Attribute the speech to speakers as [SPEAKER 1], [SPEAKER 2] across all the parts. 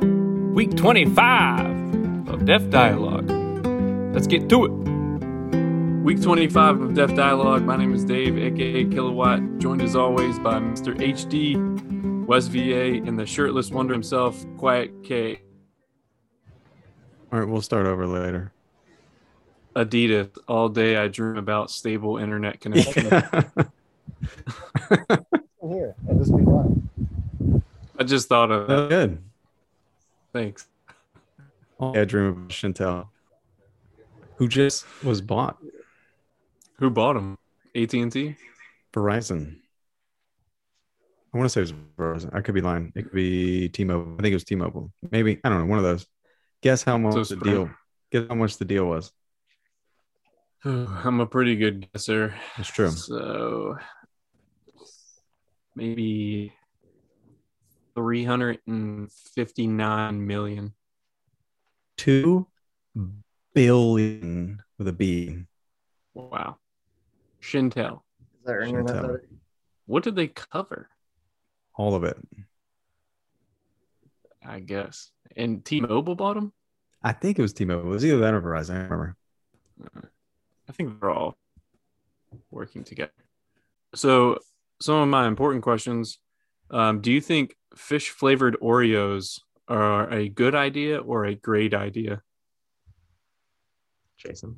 [SPEAKER 1] week 25 of Deaf Dialogue. Let's get to it.
[SPEAKER 2] Week 25 of Deaf Dialogue. My name is Dave, aka Kilowatt, joined as always by Mr. HD, West VA, and the shirtless wonder himself, Quiet K,
[SPEAKER 3] All right, we'll start over later.
[SPEAKER 2] Adidas. All day I dream about stable internet connection.
[SPEAKER 4] here. I'll just be live.
[SPEAKER 2] I just thought of that.
[SPEAKER 3] good.
[SPEAKER 2] Thanks.
[SPEAKER 3] I dream of Chantel, who just was bought
[SPEAKER 2] Who bought him? AT&T?
[SPEAKER 3] Verizon. I want to say it was Verizon. I could be lying. It could be T-Mobile. I think it was T-Mobile. Maybe I don't know. One of those. Guess how much the
[SPEAKER 2] Sprint.
[SPEAKER 3] deal. Guess how much the deal was.
[SPEAKER 2] I'm a pretty good guesser.
[SPEAKER 3] It's true.
[SPEAKER 2] So maybe 359 million.
[SPEAKER 3] Two billion with a B.
[SPEAKER 2] Wow. Shintel.
[SPEAKER 4] Is that ringing that
[SPEAKER 3] Chantel.
[SPEAKER 4] better?
[SPEAKER 2] What did they cover?
[SPEAKER 3] All of it.
[SPEAKER 2] I guess. And T Mobile bought them?
[SPEAKER 3] I think it was T-Mobile. It was either that or Verizon. I don't remember.
[SPEAKER 2] I think they're all working together. So, some of my important questions um, Do you think fish flavored Oreos are a good idea or a great idea?
[SPEAKER 5] Jason.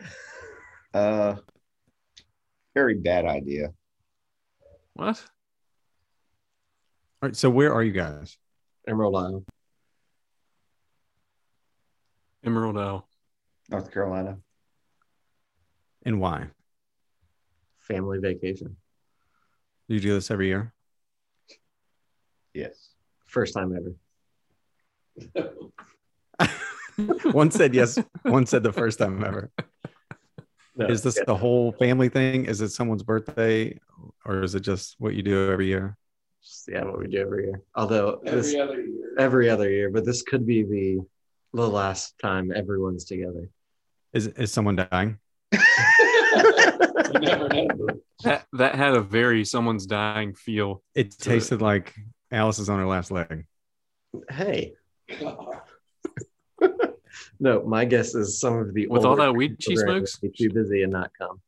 [SPEAKER 6] Uh, very bad idea.
[SPEAKER 2] What?
[SPEAKER 3] All right. So where are you guys?
[SPEAKER 5] Emerald Isle.
[SPEAKER 2] Emerald Isle.
[SPEAKER 6] North Carolina.
[SPEAKER 3] And why?
[SPEAKER 5] Family vacation.
[SPEAKER 3] Do you do this every year?
[SPEAKER 6] Yes.
[SPEAKER 5] First time ever.
[SPEAKER 3] one said yes. One said the first time ever.
[SPEAKER 5] No,
[SPEAKER 3] Is this
[SPEAKER 5] yeah.
[SPEAKER 3] the whole family thing? Is it someone's birthday, or is it just what you do every year?
[SPEAKER 5] Just, yeah, what we do every year. Although this, every other year. Every other year, but this could be the the last time everyone's together.
[SPEAKER 3] Is is someone dying?
[SPEAKER 2] That, that had a very someone's dying feel.
[SPEAKER 3] It
[SPEAKER 2] So-
[SPEAKER 3] tasted like Alice is on her last leg.
[SPEAKER 5] Hey. no, my guess is some of the
[SPEAKER 2] With all
[SPEAKER 5] older
[SPEAKER 2] that weed she
[SPEAKER 5] children
[SPEAKER 2] smokes?
[SPEAKER 5] would be too busy and not come.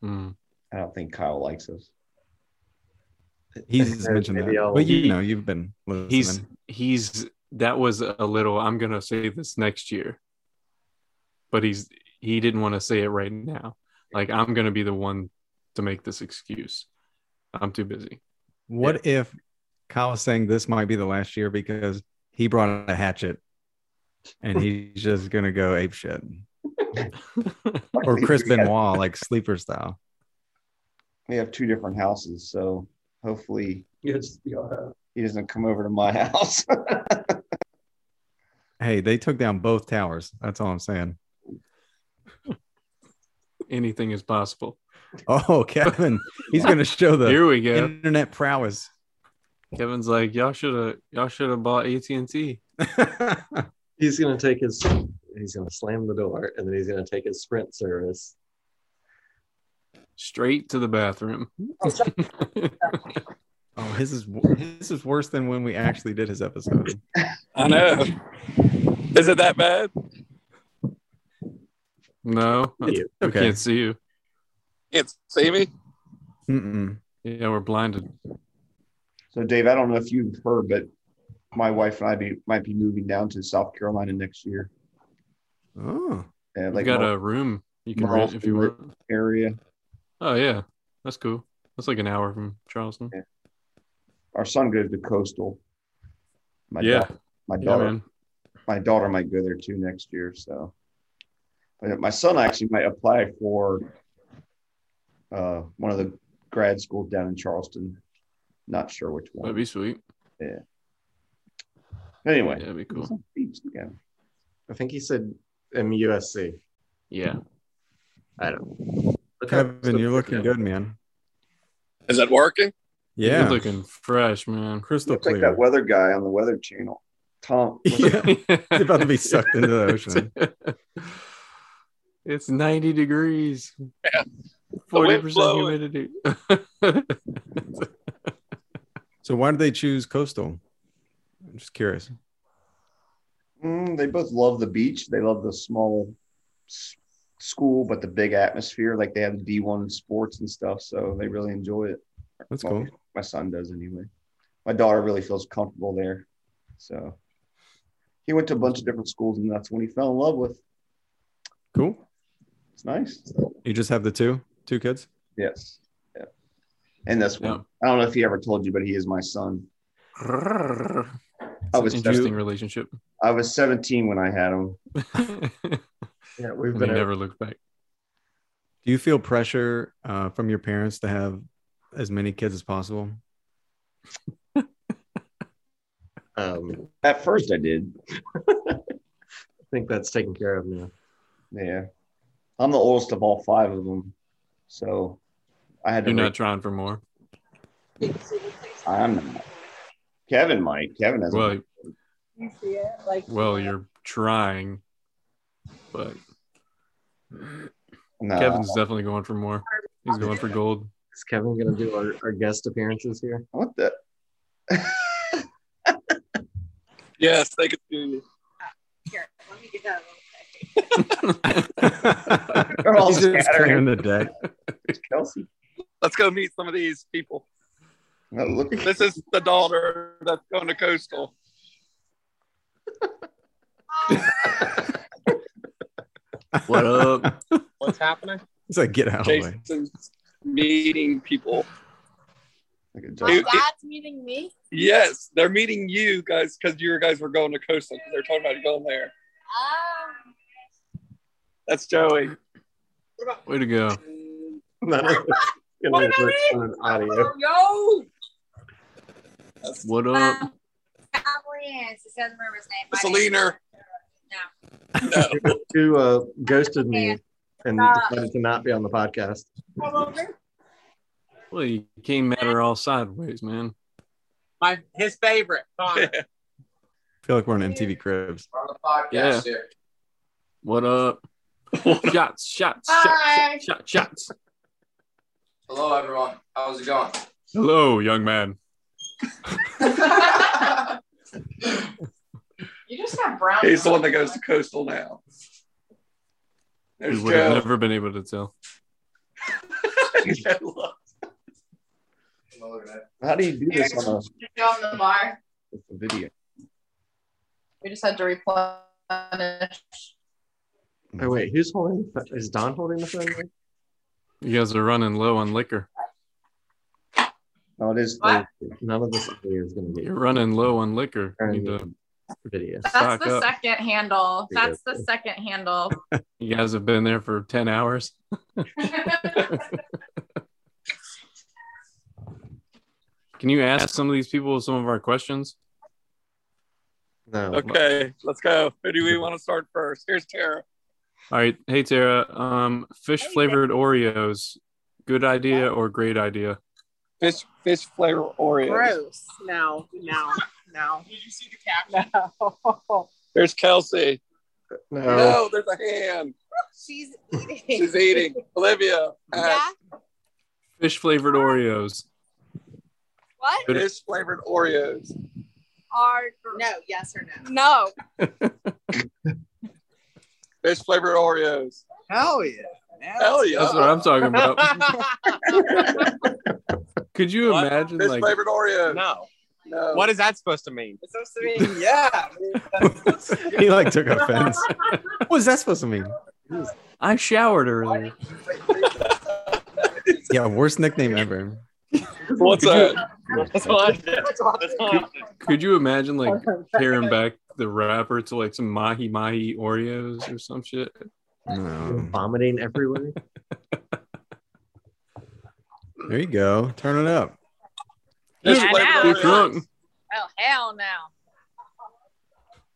[SPEAKER 2] Hmm.
[SPEAKER 6] I don't think Kyle likes us.
[SPEAKER 3] He's
[SPEAKER 5] Maybe
[SPEAKER 3] mentioned that,
[SPEAKER 5] I'll-
[SPEAKER 3] but you
[SPEAKER 2] He-
[SPEAKER 3] know you've been listening.
[SPEAKER 2] He's, he's, that was a little, I'm going to say this next year, but he's, he didn't want to say it right now. Like, I'm going to be the one to make this excuse. I'm too busy.
[SPEAKER 3] What if Kyle is saying this might be the last year because he brought a hatchet, and he's just gonna go ape shit, or Chris
[SPEAKER 6] We have-
[SPEAKER 3] Benoit like sleeper style.
[SPEAKER 6] We have two different houses, so hopefully
[SPEAKER 5] Yes.
[SPEAKER 6] he doesn't come over to my house.
[SPEAKER 3] Hey, they took down both towers. That's all I'm saying.
[SPEAKER 2] Anything is possible.
[SPEAKER 3] Oh, Kevin, he's gonna show the
[SPEAKER 2] Here we go.
[SPEAKER 3] internet prowess.
[SPEAKER 2] Kevin's like, y'all should have, y'all should have bought AT and T.
[SPEAKER 5] He's gonna take his he's gonna slam the door and then he's gonna take his sprint service.
[SPEAKER 2] Straight to the bathroom.
[SPEAKER 3] oh, his is his is worse than when we actually did his episode.
[SPEAKER 7] I know. Is it that bad?
[SPEAKER 2] No, we
[SPEAKER 5] You.
[SPEAKER 3] Okay.
[SPEAKER 2] can't see you.
[SPEAKER 7] Can't see me?
[SPEAKER 3] Mm-mm.
[SPEAKER 2] Yeah, we're blinded.
[SPEAKER 6] so Dave, I don't know if you've heard, but my wife and I be, might be moving down to South Carolina next year.
[SPEAKER 3] Oh,
[SPEAKER 6] Uh,
[SPEAKER 2] We
[SPEAKER 6] like
[SPEAKER 2] got
[SPEAKER 6] Mar-
[SPEAKER 2] a room you can
[SPEAKER 6] Mar-
[SPEAKER 2] rent if you want.
[SPEAKER 6] area.
[SPEAKER 2] Oh yeah, that's cool. That's like an hour from Charleston.
[SPEAKER 6] Our son goes to coastal. My
[SPEAKER 2] Yeah,
[SPEAKER 6] daughter, my
[SPEAKER 2] yeah,
[SPEAKER 6] daughter
[SPEAKER 2] man.
[SPEAKER 6] my daughter might go there too next year. So, but my son actually might apply for uh, one of the grad schools down in Charleston. Not sure which
[SPEAKER 2] That'd
[SPEAKER 6] one.
[SPEAKER 2] be sweet. Yeah,
[SPEAKER 6] anyway,
[SPEAKER 2] that'd be cool.
[SPEAKER 6] some beach again.
[SPEAKER 5] I think he said MUSC.
[SPEAKER 2] Yeah,
[SPEAKER 5] I don't Look up-
[SPEAKER 3] Kevin, you're looking good, man.
[SPEAKER 7] Is it working?
[SPEAKER 3] Yeah,
[SPEAKER 2] you're looking fresh, man.
[SPEAKER 3] crystal
[SPEAKER 6] Looks like
[SPEAKER 3] clear.
[SPEAKER 6] that weather guy on the Weather Channel, Tom. what's his-
[SPEAKER 3] Yeah. He's about to be sucked into the ocean.
[SPEAKER 2] It's 90 degrees.
[SPEAKER 7] The
[SPEAKER 2] Forty
[SPEAKER 7] wind
[SPEAKER 2] percent
[SPEAKER 7] blowing.
[SPEAKER 2] humidity.
[SPEAKER 3] So why did they choose coastal? I'm just curious.
[SPEAKER 6] Mm, they both love the beach. They love the small s- school, but the big atmosphere. Like they have D one sports and stuff, so they really enjoy it.
[SPEAKER 3] That's
[SPEAKER 6] Well,
[SPEAKER 3] cool.
[SPEAKER 6] My son does anyway. My daughter really feels comfortable there, so he went to a bunch of different schools, and that's when he fell in love with.
[SPEAKER 3] Cool.
[SPEAKER 6] It's nice.
[SPEAKER 3] You just have the two, two kids.
[SPEAKER 6] Yes. Yeah. And this one, I don't know if he ever told you, but he is my son.
[SPEAKER 2] It's
[SPEAKER 6] I
[SPEAKER 2] an
[SPEAKER 6] was
[SPEAKER 2] interesting
[SPEAKER 6] seven-
[SPEAKER 2] relationship.
[SPEAKER 6] I was 17 when I had him.
[SPEAKER 2] they
[SPEAKER 5] Yeah, we've been.
[SPEAKER 2] never look back.
[SPEAKER 3] Do you feel pressure uh, from your parents to have as many kids as possible?
[SPEAKER 5] Um,
[SPEAKER 6] At first, I did.
[SPEAKER 5] I think that's taken care of now.
[SPEAKER 6] Yeah. I'm the oldest of all five of them. So I had to.
[SPEAKER 2] You're
[SPEAKER 6] ra-
[SPEAKER 2] not trying for more.
[SPEAKER 6] I'm not. Kevin might. Kevin has.
[SPEAKER 2] Well,
[SPEAKER 8] You see it? Like,
[SPEAKER 2] well, you're trying, but
[SPEAKER 6] no,
[SPEAKER 2] Kevin's
[SPEAKER 7] Uh,
[SPEAKER 2] definitely going for more. He's going for gold.
[SPEAKER 5] Is Kevin gonna do our, our guest appearances here?
[SPEAKER 6] What the?
[SPEAKER 7] Yes, they could do you.
[SPEAKER 8] here, let me get that.
[SPEAKER 6] They're all
[SPEAKER 3] He's just clearing
[SPEAKER 6] scattered.
[SPEAKER 3] the deck.
[SPEAKER 6] Kelsey.
[SPEAKER 7] Let's go meet some of these people.
[SPEAKER 6] No, look.
[SPEAKER 7] This is the daughter that's going to coastal.
[SPEAKER 8] Um,
[SPEAKER 2] What up?
[SPEAKER 9] What's happening?
[SPEAKER 3] It's like get out of the way.
[SPEAKER 7] Jason's meeting people.
[SPEAKER 6] look at
[SPEAKER 8] My
[SPEAKER 6] Justin.
[SPEAKER 7] Dude, it-
[SPEAKER 8] dad's meeting me.
[SPEAKER 7] Yes, they're meeting you guys because you guys were going to coastal. They're talking about going there.
[SPEAKER 8] Ah,
[SPEAKER 7] That's Joey.
[SPEAKER 2] Way to go.
[SPEAKER 5] Not a,
[SPEAKER 8] What
[SPEAKER 5] gonna
[SPEAKER 8] about
[SPEAKER 5] work
[SPEAKER 8] me?
[SPEAKER 5] on an audio.
[SPEAKER 8] yo.
[SPEAKER 2] What up?
[SPEAKER 8] Um, Gabrielle, it doesn't remember his name.
[SPEAKER 7] It's a leaner.
[SPEAKER 8] No.
[SPEAKER 7] No.
[SPEAKER 5] Who uh, ghosted me and
[SPEAKER 8] Uh,
[SPEAKER 5] decided to not be on the podcast?
[SPEAKER 8] Come over.
[SPEAKER 2] Well, you came at her all sideways, man.
[SPEAKER 9] My his favorite. Connor.
[SPEAKER 3] I feel like we're on MTV Cribs.
[SPEAKER 2] Yeah. What up? Shots, shots,
[SPEAKER 8] Hi.
[SPEAKER 2] shots, shots, shots.
[SPEAKER 10] Hello, everyone. How's it going?
[SPEAKER 2] Hello, young man.
[SPEAKER 8] You just got brown.
[SPEAKER 7] He's the one that goes to coastal now.
[SPEAKER 2] We
[SPEAKER 7] There's
[SPEAKER 2] would have
[SPEAKER 7] Joe.
[SPEAKER 2] never been able to tell.
[SPEAKER 7] Joe Lo-
[SPEAKER 6] How do you do this on a,
[SPEAKER 8] Go in the bar.
[SPEAKER 6] with a video?
[SPEAKER 8] We just had to replenish.
[SPEAKER 5] Oh wait, who's holding? The, is Don holding the phone? right?
[SPEAKER 2] You guys are running low on liquor.
[SPEAKER 6] No, it is.
[SPEAKER 8] What?
[SPEAKER 6] Thursday.
[SPEAKER 5] None of this audio is gonna get
[SPEAKER 2] You're running low on liquor. You, need to
[SPEAKER 5] video.
[SPEAKER 8] That's
[SPEAKER 2] stock
[SPEAKER 8] the
[SPEAKER 2] up.
[SPEAKER 8] second handle.
[SPEAKER 5] There you
[SPEAKER 8] That's the second handle.
[SPEAKER 2] you guys have been there for 10 hours. Can you ask some of these people some of our questions?
[SPEAKER 5] No.
[SPEAKER 7] Okay, let's go. Who do we want to start first? Here's Tara.
[SPEAKER 2] All right. Hey, Tara. Um, fish flavored Oreos. Good idea or great idea?
[SPEAKER 7] Fish, fish flavor Oreos.
[SPEAKER 9] Gross. No, no, no. Did you see the caption? No.
[SPEAKER 7] There's Kelsey.
[SPEAKER 5] No.
[SPEAKER 7] No, there's a hand.
[SPEAKER 8] She's eating.
[SPEAKER 7] She's eating. Olivia. uh,
[SPEAKER 8] Yeah.
[SPEAKER 2] Fish flavored Oreos.
[SPEAKER 8] What
[SPEAKER 2] Good-
[SPEAKER 7] Fish flavored Oreos.
[SPEAKER 8] are
[SPEAKER 9] no, yes or no.
[SPEAKER 8] no?
[SPEAKER 7] Fish flavored Oreos.
[SPEAKER 9] Hell yeah.
[SPEAKER 7] Hell yeah.
[SPEAKER 2] That's what I'm talking about. Could you
[SPEAKER 7] What?
[SPEAKER 2] imagine
[SPEAKER 7] Fish
[SPEAKER 2] like
[SPEAKER 7] flavored Oreos.
[SPEAKER 9] no.
[SPEAKER 7] No.
[SPEAKER 9] What is that supposed to mean? It's supposed to mean yeah.
[SPEAKER 3] he like took offense. what was that supposed to mean?
[SPEAKER 2] I showered earlier?
[SPEAKER 3] Yeah, worst nickname ever.
[SPEAKER 7] What's
[SPEAKER 2] Could
[SPEAKER 7] that?
[SPEAKER 9] That's what That's what
[SPEAKER 2] Could you imagine like tearing back the wrapper to like some mahi mahi Oreos or some shit?
[SPEAKER 3] No.
[SPEAKER 5] Vomiting everywhere.
[SPEAKER 3] There you go. Turn it up.
[SPEAKER 7] Fish
[SPEAKER 8] Yeah,
[SPEAKER 7] flavored
[SPEAKER 8] now.
[SPEAKER 2] Get
[SPEAKER 7] Oreos.
[SPEAKER 2] drunk.
[SPEAKER 8] Oh hell no!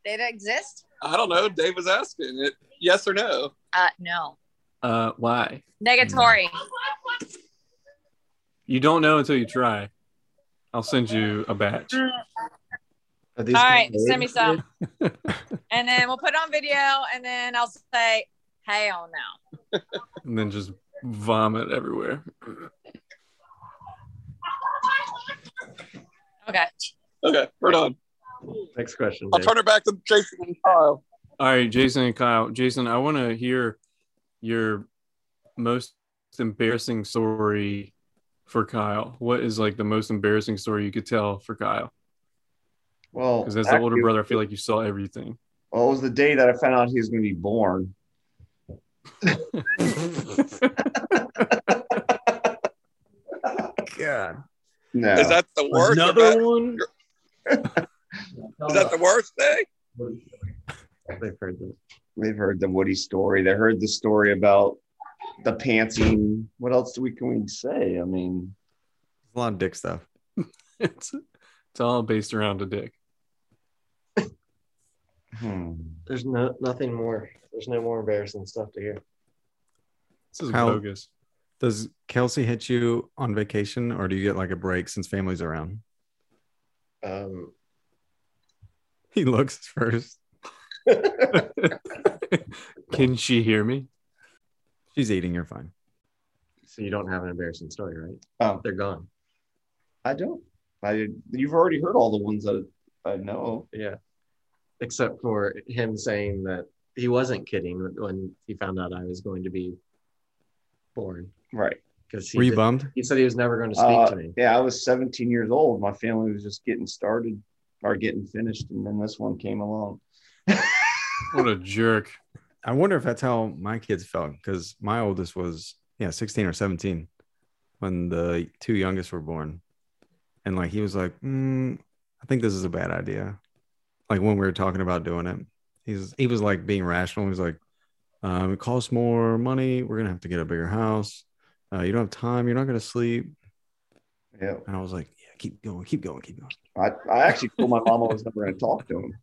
[SPEAKER 8] They don't exist.
[SPEAKER 7] I don't know. Dave was asking it. Yes or no?
[SPEAKER 8] Uh, no.
[SPEAKER 2] Uh, why?
[SPEAKER 8] Negatory.
[SPEAKER 2] You don't know until you try. I'll send you a batch.
[SPEAKER 5] Are these
[SPEAKER 8] All right,
[SPEAKER 5] people
[SPEAKER 8] send me
[SPEAKER 5] related?
[SPEAKER 8] some, and then we'll put it on video, and then I'll say, "Hell no!"
[SPEAKER 2] and then just vomit everywhere.
[SPEAKER 8] Okay.
[SPEAKER 7] Okay, we're done.
[SPEAKER 5] Next question.
[SPEAKER 7] I'll
[SPEAKER 5] Dave.
[SPEAKER 7] turn it back to Jason and Kyle.
[SPEAKER 2] All right, Jason and Kyle. Jason, I want to hear your most embarrassing story for Kyle. What is like the most embarrassing story you could tell for Kyle?
[SPEAKER 6] Well,
[SPEAKER 2] Because as the older
[SPEAKER 6] actually,
[SPEAKER 2] brother, I feel like you saw everything.
[SPEAKER 6] Well, it was the day that I found out he was going to be born.
[SPEAKER 3] God.
[SPEAKER 6] No.
[SPEAKER 7] Is that the worst? or best-
[SPEAKER 2] one?
[SPEAKER 7] Is that the worst day?
[SPEAKER 5] They've heard this.
[SPEAKER 6] They've heard the Woody story. They heard the story about the pantsing. What else do we can we say? I mean,
[SPEAKER 3] A lot of dick stuff.
[SPEAKER 2] it's, it's all based around a dick.
[SPEAKER 6] hmm.
[SPEAKER 5] There's no nothing more. There's no more embarrassing stuff to hear.
[SPEAKER 2] This is
[SPEAKER 3] Kyle-
[SPEAKER 2] bogus.
[SPEAKER 3] Does Kelsey hit you on vacation or do you get like a break since family's around?
[SPEAKER 5] Um,
[SPEAKER 3] He looks first.
[SPEAKER 2] Can she hear me?
[SPEAKER 3] She's eating. You're fine.
[SPEAKER 5] so you don't have an embarrassing story, right?
[SPEAKER 6] Oh,
[SPEAKER 5] They're gone.
[SPEAKER 6] I don't. I you've already heard all the ones that I know.
[SPEAKER 5] Yeah. Except for him saying that he wasn't kidding when he found out I was going to be born
[SPEAKER 6] Right.
[SPEAKER 5] because he
[SPEAKER 3] Were you
[SPEAKER 5] did-
[SPEAKER 3] bummed?
[SPEAKER 5] he said he was never going to speak
[SPEAKER 6] Uh,
[SPEAKER 5] to me.
[SPEAKER 6] Yeah, I was 17 years old. My family was just getting started or getting finished, and then this one came along.
[SPEAKER 2] What a jerk.
[SPEAKER 3] I wonder if that's how my kids felt because my oldest was yeah 16 or 17 when the two youngest were born, and like he was like, mm, I think this is a bad idea. Like when we were talking about doing it, he's he was like being rational. He was like, um, it costs more money. We're gonna have to get a bigger house. Uh, you don't have time. You're not gonna sleep.
[SPEAKER 6] Yeah,
[SPEAKER 3] And I was like, yeah, keep going, keep going, keep going.
[SPEAKER 6] I, I actually told my mom I was never going to talk to him.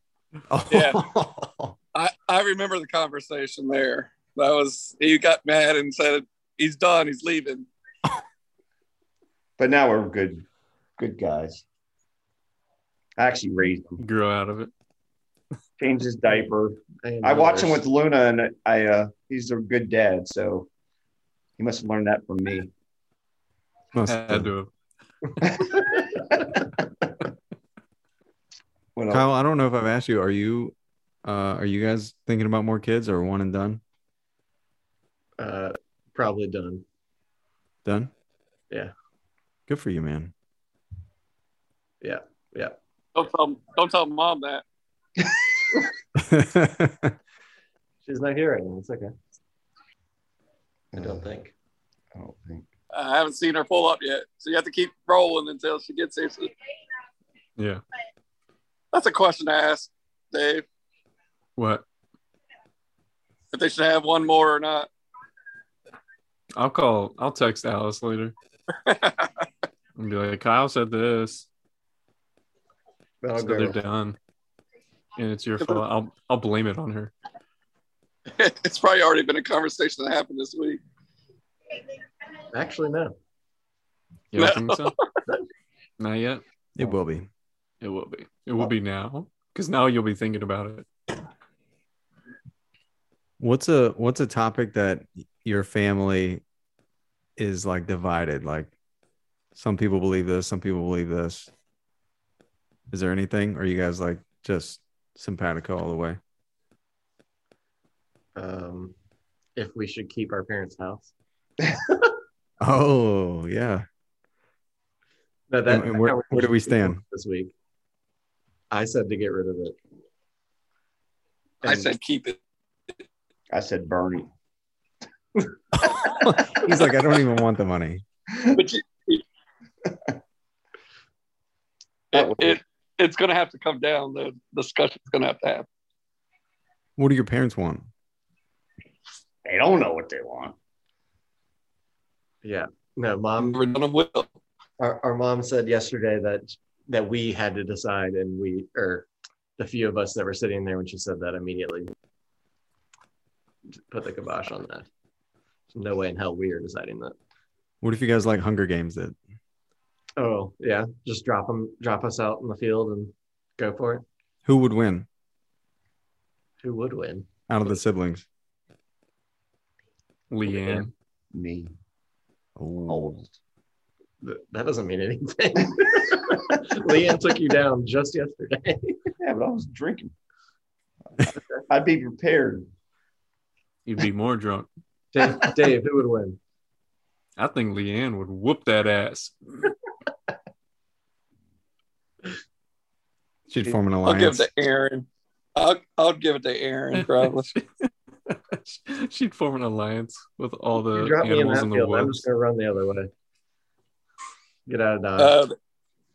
[SPEAKER 3] Oh,
[SPEAKER 7] I, I remember the conversation there. That was he got mad and said he's done, he's leaving.
[SPEAKER 6] But now we're good, good guys. I actually raised him,
[SPEAKER 2] Grow out of it.
[SPEAKER 6] changed his diaper.
[SPEAKER 5] am
[SPEAKER 6] I
[SPEAKER 5] the
[SPEAKER 6] watch him
[SPEAKER 5] worst.
[SPEAKER 6] with Luna, and I uh, he's a good dad, so he must have learned that from me.
[SPEAKER 3] Must
[SPEAKER 2] Had to have.
[SPEAKER 6] When I,
[SPEAKER 3] Kyle, I don't know if I've asked you. Are you, uh, are you guys thinking about more kids or one and done?
[SPEAKER 5] Uh, probably done.
[SPEAKER 3] Done.
[SPEAKER 5] Yeah.
[SPEAKER 3] Good for you, man.
[SPEAKER 7] Don't tell don't tell mom that.
[SPEAKER 5] She's not here right now. It's okay. I don't think.
[SPEAKER 6] I don't think.
[SPEAKER 7] I haven't seen her pull up yet. So you have to keep rolling until she gets here. So
[SPEAKER 2] Yeah.
[SPEAKER 7] that's a question to ask, Dave.
[SPEAKER 2] What?
[SPEAKER 7] If they should have one more or not.
[SPEAKER 2] I'll call. I'll text Alice later and be like, Kyle said this.
[SPEAKER 5] But I'll
[SPEAKER 2] so
[SPEAKER 5] go.
[SPEAKER 2] they're done, and it's your fault. I'll I'll blame it on her.
[SPEAKER 7] it's probably already been a conversation that happened this week.
[SPEAKER 5] Actually, no.
[SPEAKER 2] You don't
[SPEAKER 7] No.
[SPEAKER 2] think so? Not yet.
[SPEAKER 3] It will be.
[SPEAKER 2] It will be. It will be now, because now you'll be thinking about it.
[SPEAKER 3] What's a what's a topic that your family is like divided? Like some people believe this, some people believe this. Is there anything? Or are you guys like just simpatico all the way?
[SPEAKER 5] Um, if we should keep our parents' house.
[SPEAKER 3] Oh yeah.
[SPEAKER 5] No, that,
[SPEAKER 3] And- and where- where do we stand?
[SPEAKER 5] this week? I said to get rid of it.
[SPEAKER 7] I
[SPEAKER 5] And
[SPEAKER 7] said keep it.
[SPEAKER 6] I said Bernie.
[SPEAKER 3] He's like, I don't even want the money.
[SPEAKER 7] But you,
[SPEAKER 6] That would-
[SPEAKER 7] it, it- it's going to have to come down. The discussion's going to have to happen.
[SPEAKER 3] What do your parents want?
[SPEAKER 6] They don't know what they want.
[SPEAKER 5] yeah, no, mom.
[SPEAKER 7] We're gonna will.
[SPEAKER 5] Our, our mom said yesterday that that we had to decide, and we or the few of us that were sitting there when she said that immediately put the kibosh on that. There's no way in hell we are deciding that.
[SPEAKER 3] What if you guys like Hunger Games that
[SPEAKER 5] Oh yeah, just drop them, drop us out in the field and go for it.
[SPEAKER 3] who would win
[SPEAKER 5] Who would win?
[SPEAKER 3] out of the siblings?
[SPEAKER 2] Leanne.
[SPEAKER 6] Me.
[SPEAKER 3] Oh.
[SPEAKER 6] Old.
[SPEAKER 5] Th- That doesn't mean anything. Leanne took you down just yesterday.
[SPEAKER 6] Yeah, but I was drinking. I'd be prepared.
[SPEAKER 2] You'd be more drunk.
[SPEAKER 5] Dave, Dave, who would win?
[SPEAKER 2] I think Leanne would whoop that ass.
[SPEAKER 3] She'd form an
[SPEAKER 7] I'll give
[SPEAKER 3] alliance.
[SPEAKER 7] it to Aaron. I'll, I'll give it to Aaron probably.
[SPEAKER 2] She'd form an alliance with all the
[SPEAKER 5] You drop me in
[SPEAKER 2] Uh, animals
[SPEAKER 5] that
[SPEAKER 2] in the
[SPEAKER 5] field. I'm
[SPEAKER 2] woods.
[SPEAKER 5] just gonna run the other way. Get out of dodge.
[SPEAKER 7] uh,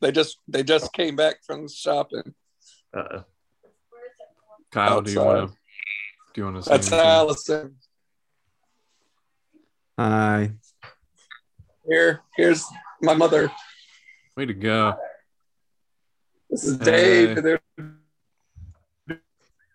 [SPEAKER 7] they just they just came back from shopping.
[SPEAKER 2] Uh,
[SPEAKER 5] Uh-oh.
[SPEAKER 2] Kyle, do you
[SPEAKER 7] outside.
[SPEAKER 2] want to? Do you want to say?
[SPEAKER 7] That's uh,
[SPEAKER 2] anything?
[SPEAKER 7] Allison.
[SPEAKER 3] Hi.
[SPEAKER 7] Here, here's my mother.
[SPEAKER 2] Way to go.
[SPEAKER 7] This is Dave.
[SPEAKER 2] Hey.
[SPEAKER 7] and they're-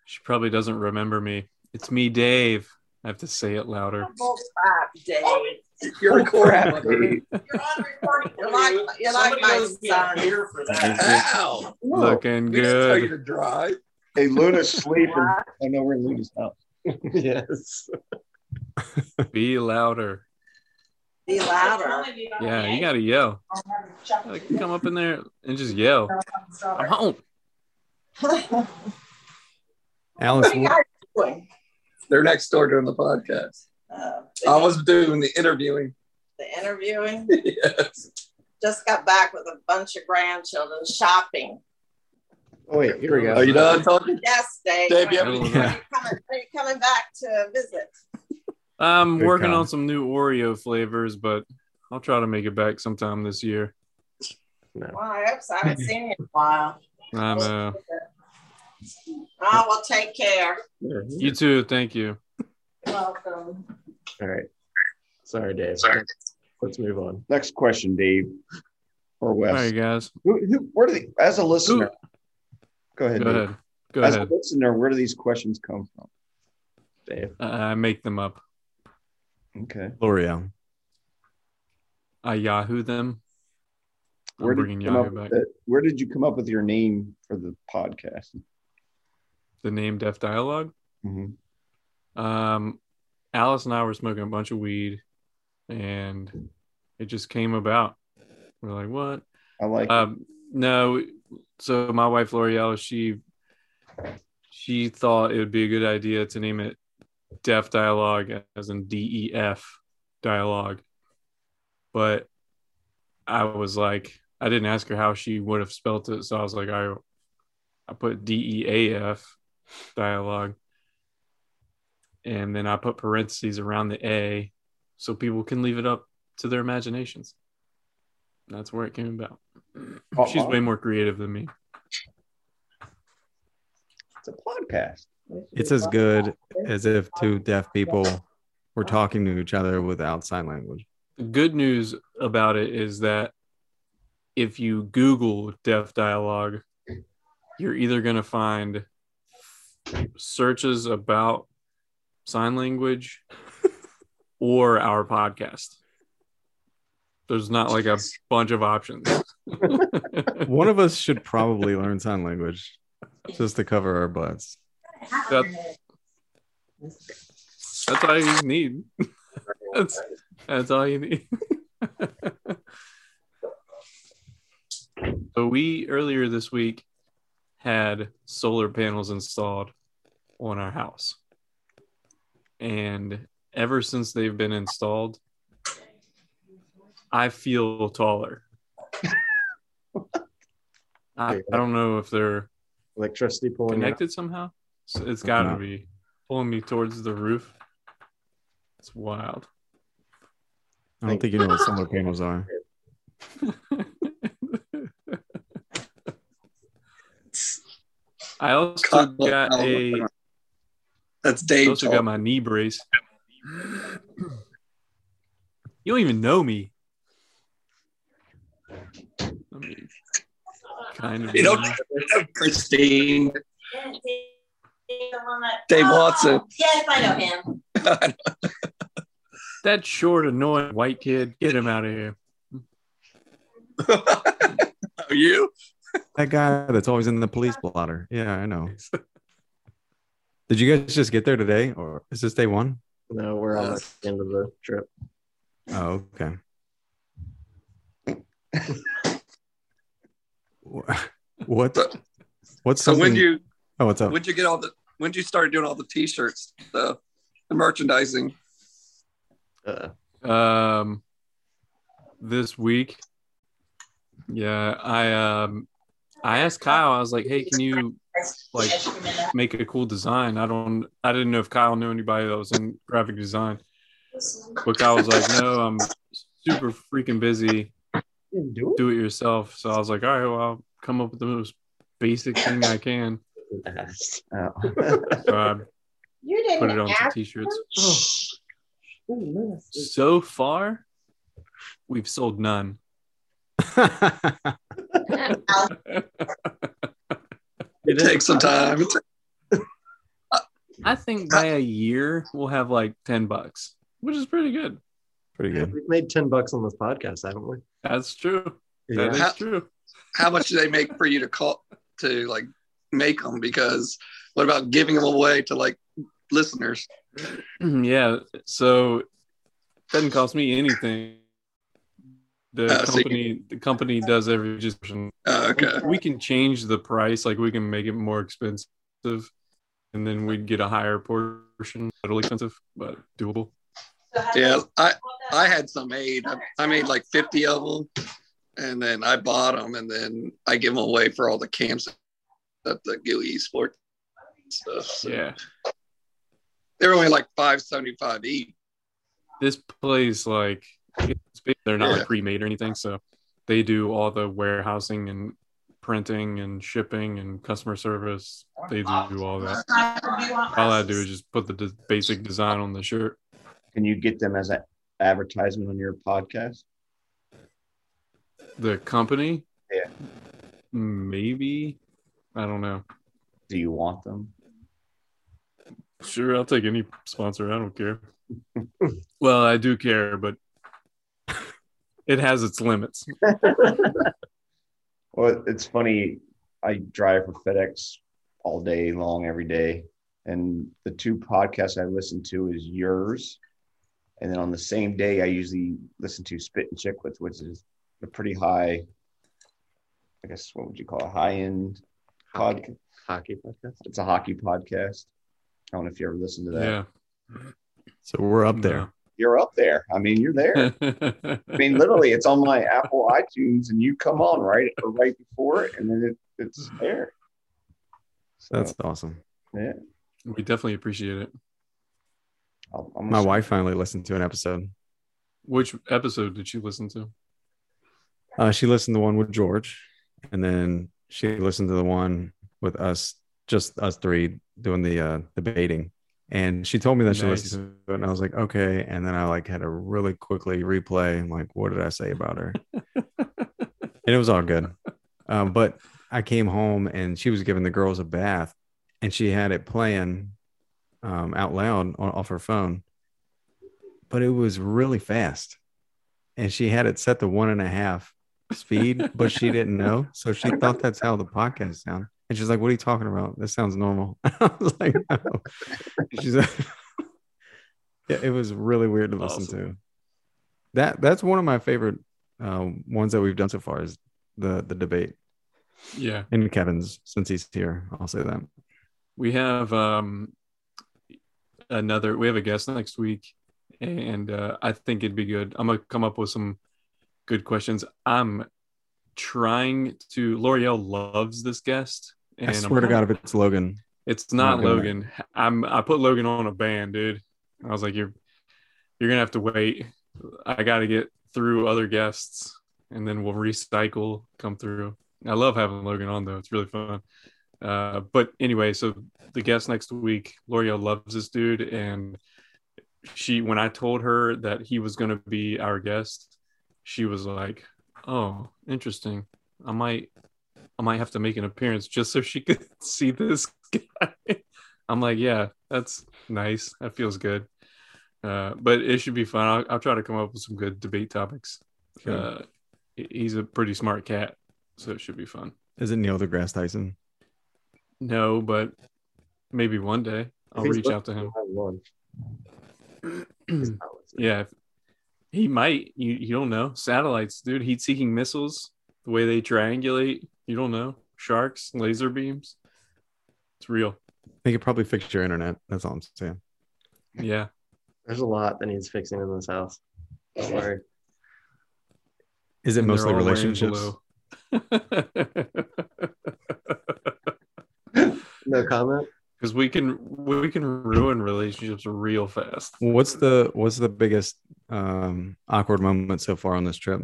[SPEAKER 2] She probably doesn't remember me. It's me, Dave. I have to say it louder.
[SPEAKER 9] Bull crap, Dave.
[SPEAKER 7] You're recording. mother.
[SPEAKER 9] You're on recording. You're like, you're like my son.
[SPEAKER 7] Ow!
[SPEAKER 2] Looking
[SPEAKER 7] We didn't tell you
[SPEAKER 2] good.
[SPEAKER 7] to drive.
[SPEAKER 6] Hey, Luna's sleeping. I know we're in Luna's house.
[SPEAKER 5] yes.
[SPEAKER 2] Be louder.
[SPEAKER 9] Be louder.
[SPEAKER 2] Yeah, you gotta yell. Like, come up in there and just yell. I'm home. uh-huh.
[SPEAKER 3] Alice,
[SPEAKER 9] Oh
[SPEAKER 3] what,
[SPEAKER 9] Boy,
[SPEAKER 7] They're next door doing the podcast.
[SPEAKER 9] uh,
[SPEAKER 7] I was doing the interviewing.
[SPEAKER 9] The interviewing.
[SPEAKER 7] yes.
[SPEAKER 9] Just got back with a bunch of grandchildren shopping.
[SPEAKER 5] Oh, wait, here we go.
[SPEAKER 7] Are you done talking?
[SPEAKER 9] Yes, Dave.
[SPEAKER 7] Dave, you
[SPEAKER 9] when-
[SPEAKER 2] Oh,
[SPEAKER 7] have any-
[SPEAKER 9] when you coming, are you coming back to visit?
[SPEAKER 2] I'm
[SPEAKER 3] Good
[SPEAKER 2] working
[SPEAKER 3] call.
[SPEAKER 2] on some new Oreo flavors, but I'll try to make it back sometime this year.
[SPEAKER 9] Well, I hope so. I haven't seen you in a while.
[SPEAKER 2] I know.
[SPEAKER 9] Oh, well, take care.
[SPEAKER 2] You too. Thank you.
[SPEAKER 9] Welcome.
[SPEAKER 5] All right. Sorry, Dave. Let's move on.
[SPEAKER 6] Next question, Dave or
[SPEAKER 2] All
[SPEAKER 6] Wes.
[SPEAKER 2] right, guys.
[SPEAKER 6] Who, who, where do they, as a listener? Go ahead.
[SPEAKER 2] Go
[SPEAKER 6] Dave.
[SPEAKER 2] ahead. Go
[SPEAKER 6] as
[SPEAKER 2] ahead.
[SPEAKER 6] a listener, where do these questions come from?
[SPEAKER 5] Dave.
[SPEAKER 2] I I make them up.
[SPEAKER 6] Okay.
[SPEAKER 3] L'Oreal.
[SPEAKER 2] I Yahoo them. I'm
[SPEAKER 6] Where did
[SPEAKER 2] bringing
[SPEAKER 6] you come up
[SPEAKER 2] Yahoo back.
[SPEAKER 6] with that- Where did you come up with your name for the podcast?
[SPEAKER 2] The name Deaf Dialogue.
[SPEAKER 6] Mhm.
[SPEAKER 2] Um, Alice and I were smoking a bunch of weed, and it just came about. We're like, what?
[SPEAKER 6] I like.
[SPEAKER 2] Um, no, so my wife L'Oreal, she she thought it would be a good idea to name it Deaf Dialogue, as in D E F Dialogue. But I was like, I didn't ask her how she would have spelt it, so I was like, I I put D E A F Dialogue, and then I put parentheses around the A, so people can leave it up to their imaginations. That's where it came about. She's way more creative than me.
[SPEAKER 6] it's a podcast.
[SPEAKER 3] It's as good as if two deaf people were talking to each other without sign language.
[SPEAKER 2] The good news about it is that if you Google deaf dialogue, you're either going to find searches about sign language or our podcast. There's not like a bunch of options.
[SPEAKER 3] One of us should probably learn sign language just to cover our butts.
[SPEAKER 2] That- That's all you need. That's, that's all you need. so we earlier this week had solar panels installed on our house. And ever since they've been installed, I feel taller. I, I don't know if they're
[SPEAKER 5] Electricity pulling you out.
[SPEAKER 2] connected somehow. So it's got to
[SPEAKER 3] Somehow.
[SPEAKER 2] be pulling me towards the roof. It's wild.
[SPEAKER 3] I don't think you know what solar panels are.
[SPEAKER 2] I also
[SPEAKER 7] Cut-
[SPEAKER 2] got a
[SPEAKER 7] That's Dave.
[SPEAKER 2] also got my knee brace. You don't even know me. I mean, kind of.
[SPEAKER 7] You don't-
[SPEAKER 2] know.
[SPEAKER 7] talking. Christine.
[SPEAKER 9] The one that-
[SPEAKER 7] Dave Watson.
[SPEAKER 9] Oh, Yes, I know him.
[SPEAKER 2] That short, annoying white kid. Get him out of here.
[SPEAKER 7] you?
[SPEAKER 3] That guy that's always in the police blotter. Yeah, I know. Did you guys just get there today or is this day one?
[SPEAKER 5] No, we're almost at the end of the trip.
[SPEAKER 3] Oh, okay. Wha- what? What's
[SPEAKER 7] So when
[SPEAKER 3] something?
[SPEAKER 7] do you
[SPEAKER 3] oh, what's up?
[SPEAKER 7] When'd you get all the? When'd you start doing all the T-shirts, the, the merchandising?
[SPEAKER 5] Uh,
[SPEAKER 2] um this week yeah i um i asked kyle i was like hey can you like make a cool design i don't i didn't know if kyle knew anybody that was in graphic design but kyle was like no i'm super freaking busy
[SPEAKER 5] do
[SPEAKER 2] do it yourself so i was like all right well i'll come up with the most basic thing i can
[SPEAKER 5] Oh.
[SPEAKER 2] so i
[SPEAKER 9] You didn't
[SPEAKER 2] put it on some
[SPEAKER 9] ask
[SPEAKER 2] t-shirts
[SPEAKER 9] them? Ooh, Lewis is-
[SPEAKER 2] so far we've sold none
[SPEAKER 7] It takes some time. It's-
[SPEAKER 2] I think by a year we'll have like ten bucks, which is pretty good.
[SPEAKER 3] Pretty good.
[SPEAKER 5] We've made 10 bucks on this podcast, haven't we?
[SPEAKER 2] That's true.
[SPEAKER 5] Yeah.
[SPEAKER 2] That is true.
[SPEAKER 7] How much do they make for you to call to like make them? Because what about giving them away to like listeners?
[SPEAKER 2] Mm-hmm, yeah. So it doesn't cost me anything. The
[SPEAKER 7] Uh, so you-
[SPEAKER 2] company the company does every just
[SPEAKER 7] Uh, okay.
[SPEAKER 2] we can change the price, like we can make it more expensive and then we'd get a higher portion. A little expensive, but doable.
[SPEAKER 7] Yeah, I I had some made. I, I made like fifty of them, and then I bought them, and then I give them away for all the camps at the GUI Esports stuff. So
[SPEAKER 2] Yeah.
[SPEAKER 7] They were only like five seventy five each.
[SPEAKER 2] this place like it's, big- they're not
[SPEAKER 7] Yeah.
[SPEAKER 2] like pre-made or anything so they do all the warehousing and printing and shipping and customer service they do, all that all i do is just put the de- basic design on the shirt
[SPEAKER 6] Can you get them as an advertisement on your podcast?
[SPEAKER 2] the company
[SPEAKER 6] Yeah.
[SPEAKER 2] maybe i don't know
[SPEAKER 6] Do you want them?
[SPEAKER 2] sure i'll take any sponsor i don't care well i do care but it has its limits
[SPEAKER 6] Well, it's funny. I drive for FedEx all day long, every day, and the two podcasts I listen to is yours, and then on the same day, I usually listen to Spit and Chicklets, which is a pretty high, I guess, what would you call a high end
[SPEAKER 5] Hockey,
[SPEAKER 6] podcast?
[SPEAKER 5] hockey podcast.
[SPEAKER 6] It's a hockey podcast. I don't know if you ever listened to that.
[SPEAKER 2] yeah
[SPEAKER 3] So we're up there.
[SPEAKER 6] You're up there. I mean, you're there. I mean, literally, it's on my Apple iTunes, and you come on right right before it, and then it, it's there. So,
[SPEAKER 3] That's awesome.
[SPEAKER 6] yeah.
[SPEAKER 2] we definitely appreciate it
[SPEAKER 6] I'll, I'm
[SPEAKER 3] My wife finally listened to an episode.
[SPEAKER 2] Which episode did you listen to?
[SPEAKER 3] Uh, she listened to one with George, and then she listened to the one with us, just us three doing the uh, debating. And she told me that she
[SPEAKER 2] Nice.
[SPEAKER 3] listened to it, and I was like, okay. And then I like had to really quickly replay. and like, what did I say about her? and it was all good. Um, but I came home and she was giving the girls a bath, and she had it playing um, out loud on, off her phone, but it was really fast, and she had it set to one and a half speed, but she didn't know, so she thought that's how the podcast sound. And she's like, "What are you talking about? This sounds normal." I was like, "No." And She's like, "Yeah, it was really weird to listen
[SPEAKER 2] Awesome.
[SPEAKER 3] to." That that's one of my favorite um, ones that we've done so far is the the debate
[SPEAKER 2] Yeah,
[SPEAKER 3] and Kevin's since he's here. I'll say that.
[SPEAKER 2] we have um another. We have a guest next week, and uh, I think it'd be good. I'm gonna come up with some good questions. I'm trying to. L'Oreal loves this guest, and
[SPEAKER 3] I swear to
[SPEAKER 2] I'm-
[SPEAKER 3] God, if it's Logan,
[SPEAKER 2] It's not
[SPEAKER 3] not doing
[SPEAKER 2] Logan. I'm I put Logan on a ban, dude. I was like, you're you're gonna have to wait. I gotta get through other guests and then we'll recycle, come through. I love having Logan on though. It's really fun. Uh, but anyway, so the guest next week, L'Oreal loves this dude, and she when I told her that he was gonna be our guest, she was like, Oh, interesting. I might I might have to make an appearance just so she could see this guy. I'm like, yeah, that's nice. That feels good. Uh, but it should be fun. I'll, I'll try to come up with some good debate topics. Uh, he- he's a pretty smart cat, so it should be fun.
[SPEAKER 3] is it Neil deGrasse Tyson?
[SPEAKER 2] No, but maybe one day I'll
[SPEAKER 5] If he's
[SPEAKER 2] reach out to him.
[SPEAKER 5] listening, I'll have one. He's not listening.
[SPEAKER 2] Yeah, if- he might. You you don't know satellites, dude. Heat seeking missiles, the way they triangulate. You don't know. sharks, laser beams. It's real.
[SPEAKER 3] They could probably fix your internet. That's all I'm saying.
[SPEAKER 2] Yeah.
[SPEAKER 5] There's a lot that needs fixing in this house. Don't worry.
[SPEAKER 3] Is it
[SPEAKER 2] And they're
[SPEAKER 3] mostly
[SPEAKER 2] all wearing
[SPEAKER 3] relationships?
[SPEAKER 2] blue.
[SPEAKER 5] No comment.
[SPEAKER 2] Because we can we can ruin relationships real fast.
[SPEAKER 3] What's the what's the biggest um, awkward moment so far on this trip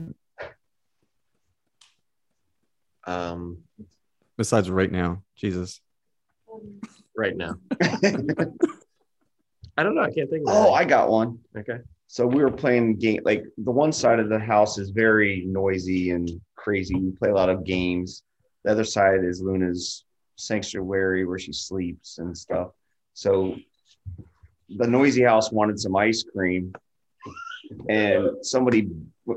[SPEAKER 5] Um,
[SPEAKER 3] besides right now? Jesus,
[SPEAKER 5] right now. I don't know. I can't think of
[SPEAKER 6] Oh, I
[SPEAKER 5] any.
[SPEAKER 6] got one.
[SPEAKER 5] Okay.
[SPEAKER 6] So we were playing game. Like the one side of the house is very noisy and crazy. We play a lot of games. The other side is Luna's sanctuary where she sleeps and stuff. So the noisy house wanted some ice cream, and somebody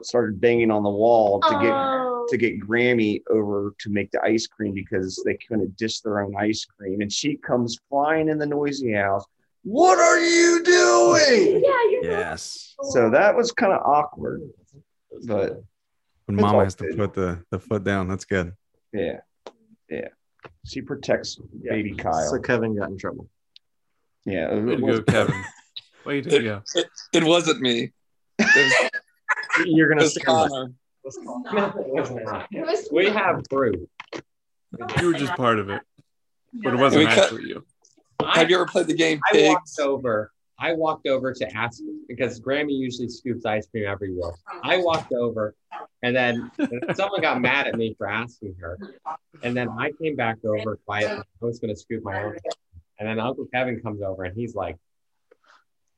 [SPEAKER 6] started banging on the wall to get to get Grammy over to make the ice cream because they couldn't dish their own ice cream. And she comes flying in the noisy house. What are you doing?
[SPEAKER 3] yes.
[SPEAKER 6] So that was kind of awkward. But
[SPEAKER 3] When
[SPEAKER 6] It's
[SPEAKER 3] Mama
[SPEAKER 6] all
[SPEAKER 3] has to
[SPEAKER 6] good.
[SPEAKER 3] put the the foot down, that's good.
[SPEAKER 6] yeah, yeah. She protects baby Kyle.
[SPEAKER 5] So Kevin got in trouble.
[SPEAKER 6] yeah. it
[SPEAKER 2] Way to
[SPEAKER 6] was-
[SPEAKER 2] go, Kevin. Way to go.
[SPEAKER 7] It, it wasn't me. It
[SPEAKER 5] You're gonna
[SPEAKER 7] was, it was
[SPEAKER 5] stick
[SPEAKER 7] Connor.
[SPEAKER 5] We have proof.
[SPEAKER 2] You were just part of it, but it
[SPEAKER 7] And we
[SPEAKER 2] wasn't
[SPEAKER 7] cut-
[SPEAKER 2] actually you.
[SPEAKER 7] Have you ever played the game
[SPEAKER 11] I
[SPEAKER 7] Pig?
[SPEAKER 11] walked over. I walked over to ask because Grammy usually scoops ice cream everywhere. I walked over, and then someone got mad at me for asking her, and then I came back over quietly. I was going to scoop my own, and then Uncle Kevin comes over and he's like,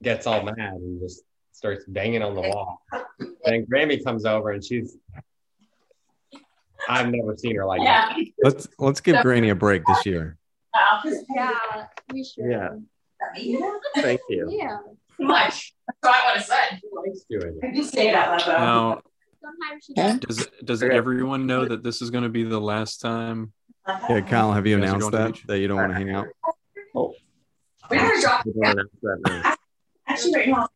[SPEAKER 11] gets all mad and just starts banging on the wall. And then Grammy comes over and she's, I've never seen her like that.
[SPEAKER 3] Let's let's give Granny a break this year.
[SPEAKER 12] Yeah, we should.
[SPEAKER 5] Yeah.
[SPEAKER 12] Yeah.
[SPEAKER 5] Thank you.
[SPEAKER 12] Yeah.
[SPEAKER 9] Much. So I want to say.
[SPEAKER 11] Likes doing it.
[SPEAKER 9] I just say that out loud.
[SPEAKER 2] Now,
[SPEAKER 12] Sometimes she
[SPEAKER 7] Huh?
[SPEAKER 12] does.
[SPEAKER 2] does does everyone know that this is going to be the last time?
[SPEAKER 3] Yeah, Kyle, have you
[SPEAKER 2] You guys are
[SPEAKER 3] announced
[SPEAKER 2] going to
[SPEAKER 3] that
[SPEAKER 2] the beach?
[SPEAKER 3] that you don't want to hang out?
[SPEAKER 9] We're gonna drop
[SPEAKER 5] We don't announce that now.
[SPEAKER 9] actually right now.